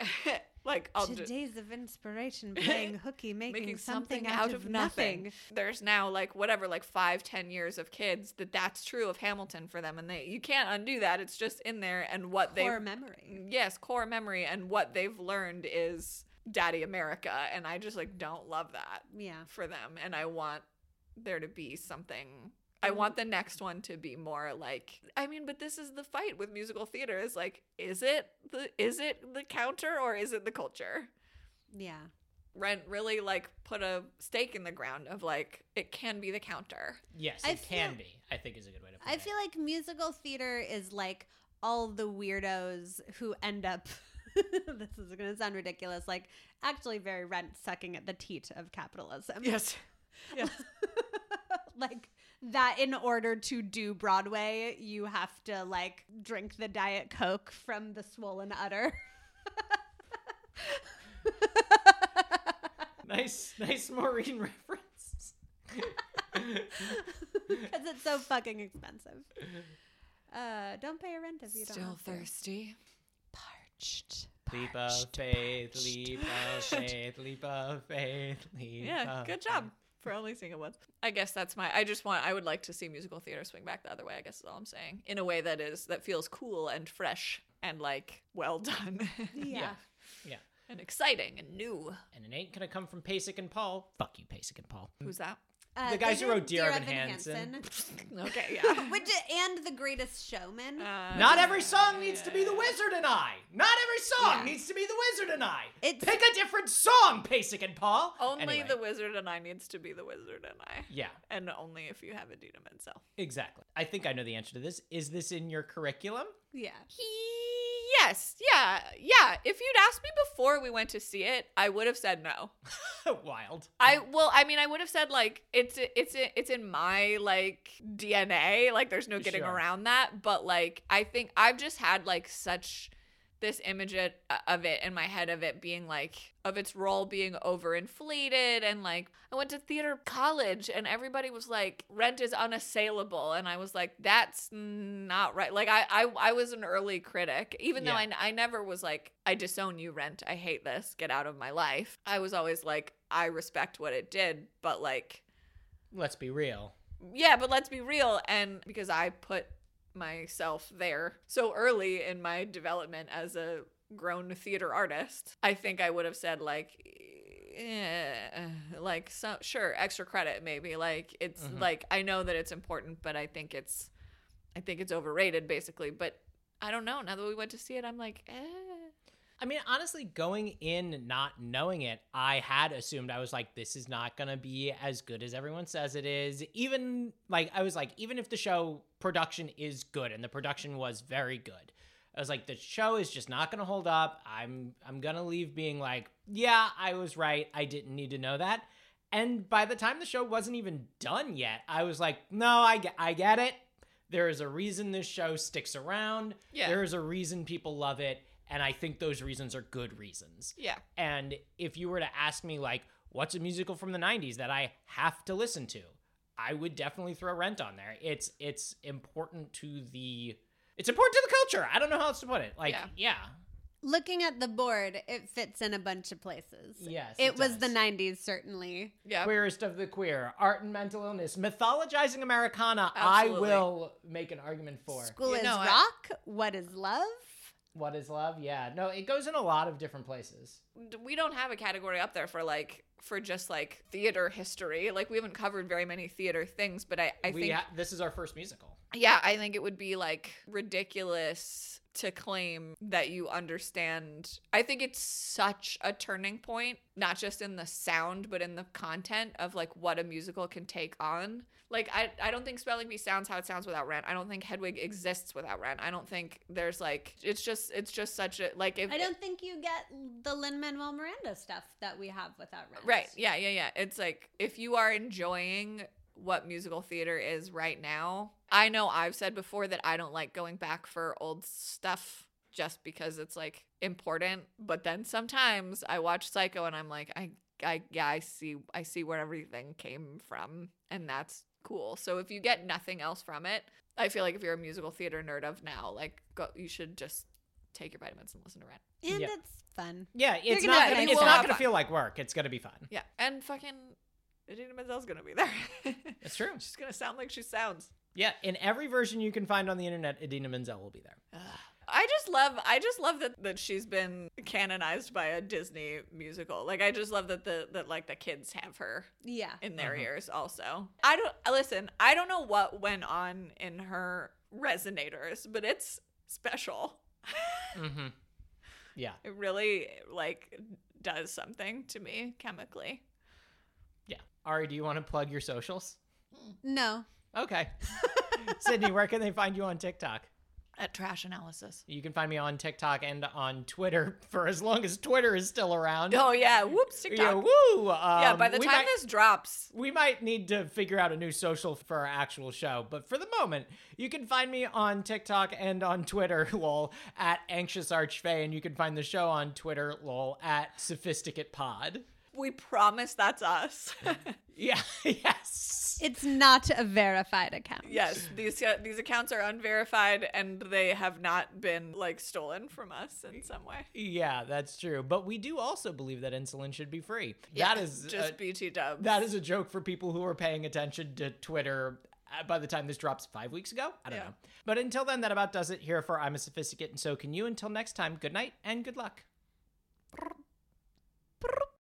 like I'll just Today's of <laughs> inspiration playing hooky, making, Oh, making something out of nothing. There's now like whatever like five ten years of kids that that's true of Hamilton for them, and they you can't undo that. It's just in there, and what they Mm. Core memory. yes core memory and what they've learned is Daddy America, and I just like don't love that Yeah. for them and I want there to be something I want the next one to be more like I mean but this is the fight with musical theater is like is it the is it the counter or is it the culture Yeah. Rent really like put a stake in the ground of like it can be the counter yes, I it can feel- be. I think is a good way to put I it. feel like musical theater is like all the weirdos who end up. <laughs> this is going to sound ridiculous. Like, actually, very rent sucking at the teat of capitalism. yes yes <laughs> like, that in order to do Broadway, you have to, like, drink the Diet Coke from the swollen udder. <laughs> nice, nice Maureen <laughs> reference. Because it's so fucking expensive. Uh, don't pay a rent if you don't. still have to. thirsty Parched. Leap of faith, leap of faith, leap of faith, leap yeah of good job for only seeing it once I guess that's my I just want I would like to see musical theater swing back the other way I guess is all I'm saying in a way that is that feels cool and fresh and like well done <laughs> yeah. Yeah. and exciting and new. And it ain't gonna come from Pasek and Paul. Fuck you, Pasek and Paul. Who's that? Uh, The guys they who did wrote Dear Evan Hansen. okay, <laughs> yeah. Which, and The Greatest Showman. Uh, Not every song needs to be The Wizard and I. Not every song Yeah. needs to be The Wizard and I. It's- Pick a different song, Pasek and Paul. Only Anyway, the wizard and I needs to be the wizard and I, Yeah, and only if you have Adina Menzel. exactly. I think I know the answer to this. Is this in your curriculum? <laughs> yeah. He, yes, yeah, yeah. If you'd asked me before we went to see it, I would have said no. Wild. I well, I mean, I would have said like it's it's it's in my like DNA. Like, there's no getting Sure. around that. But like, I think I've just had like such this image it, of it in my head of it being like of its role being overinflated and like I went to theater college and everybody was like rent is unassailable and I was like that's not right like I I, I was an early critic even though Yeah. I, I never was like I disown you rent I hate this get out of my life I was always like I respect what it did but like Let's be real. yeah, but let's be real. And because I put myself there so early in my development as a grown theater artist, I think I would have said, like, eh, like, so, sure, extra credit, maybe. Like, it's Mhm. like, I know that it's important, but I think it's, I think it's overrated, basically. But I don't know. Now that we went to see it, I'm like, eh. I mean, honestly, going in not knowing it, I had assumed I was like, this is not gonna be as good as everyone says it is. Even like I was like, even if the show production is good and the production was very good, I was like, the show is just not gonna hold up. I'm I'm gonna leave being like, yeah, I was right. I didn't need to know that. And by the time the show wasn't even done yet, I was like, no, I get, I get it. There is a reason this show sticks around. Yeah. There is a reason people love it. And I think those reasons are good reasons. Yeah. And if you were to ask me, like, what's a musical from the 90s that I have to listen to? I would definitely throw Rent on there. It's it's important to the it's important to the culture. I don't know how else to put it. Like, Yeah. yeah, Looking at the board, it fits in a bunch of places. Yes, It, it was the does. 90s, certainly. Yeah. queerest of the queer, art and mental illness, mythologizing Americana. I Absolutely. will make an argument for. School You is know, I- rock. What is love? What is love? Yeah. No, it goes in a lot of different places. we don't have a category up there for like for just like theater history. Like we haven't covered very many theater things, but I I we think ha- this is our first musical. yeah, I think it would be like ridiculous to claim that you understand. I think it's such a turning point, not just in the sound, but in the content of like what a musical can take on. Like I I don't think Spelling Bee sounds how it sounds without Rent. I don't think Hedwig exists without Rent. I don't think there's like it's just it's just such a like if I don't think you get the Lin Manuel Miranda stuff that we have without Rent. Right. Yeah, yeah, yeah. It's like if you are enjoying what musical theater is right now, I know I've said before that I don't like going back for old stuff just because it's like important, but then sometimes I watch Psycho and I'm like I I yeah, I see I see where everything came from and that's cool. So if you get nothing else from it, I feel like if you're a musical theater nerd of now, like go, you should just take your vitamins and listen to Rent. And Yeah. it's fun. Yeah, You're it's gonna not have gonna, an it's equal- not gonna feel like work. It's gonna be fun. Yeah. And fucking Idina Menzel's going to be there. <laughs> It's true. She's gonna sound like she sounds. Yeah, in every version you can find on the internet, Idina Menzel will be there. I just love I just love that that she's been canonized by a Disney musical. Like I just love that the that like the kids have her Yeah. in their Uh-huh. ears also. I don't listen, I don't know what went on in her resonators, but it's special. Mm-hmm. Yeah, It really like does something to me chemically. yeah. Ari, do you want to plug your socials? No. Okay. <laughs> Sydney, where can they find you on TikTok? A trash analysis. You can find me on TikTok and on Twitter <laughs> for as long as Twitter is still around. Oh yeah, whoops TikTok. Yeah, Yeah, woo. Um, by the we time might- this drops, We might need to figure out a new social for our actual show, but for the moment, you can find me on TikTok and on Twitter, <laughs> lol, at Anxious Archfey, and you can find the show on Twitter, lol, at Sophisticate Pod. we promise that's <laughs> us. <laughs> Yeah, <laughs> yes. It's not a verified account. Yes, these uh, these accounts are unverified and they have not been like stolen from us in some way. yeah, that's true. But we do also believe that insulin should be free. that is just a, BT dubs. that is a joke for people who are paying attention to Twitter. uh, By the time this drops five weeks ago, I don't Yeah. know. But until then, that about does it here for I'm a Sophisticate and So Can You. Until next time, good night and good luck.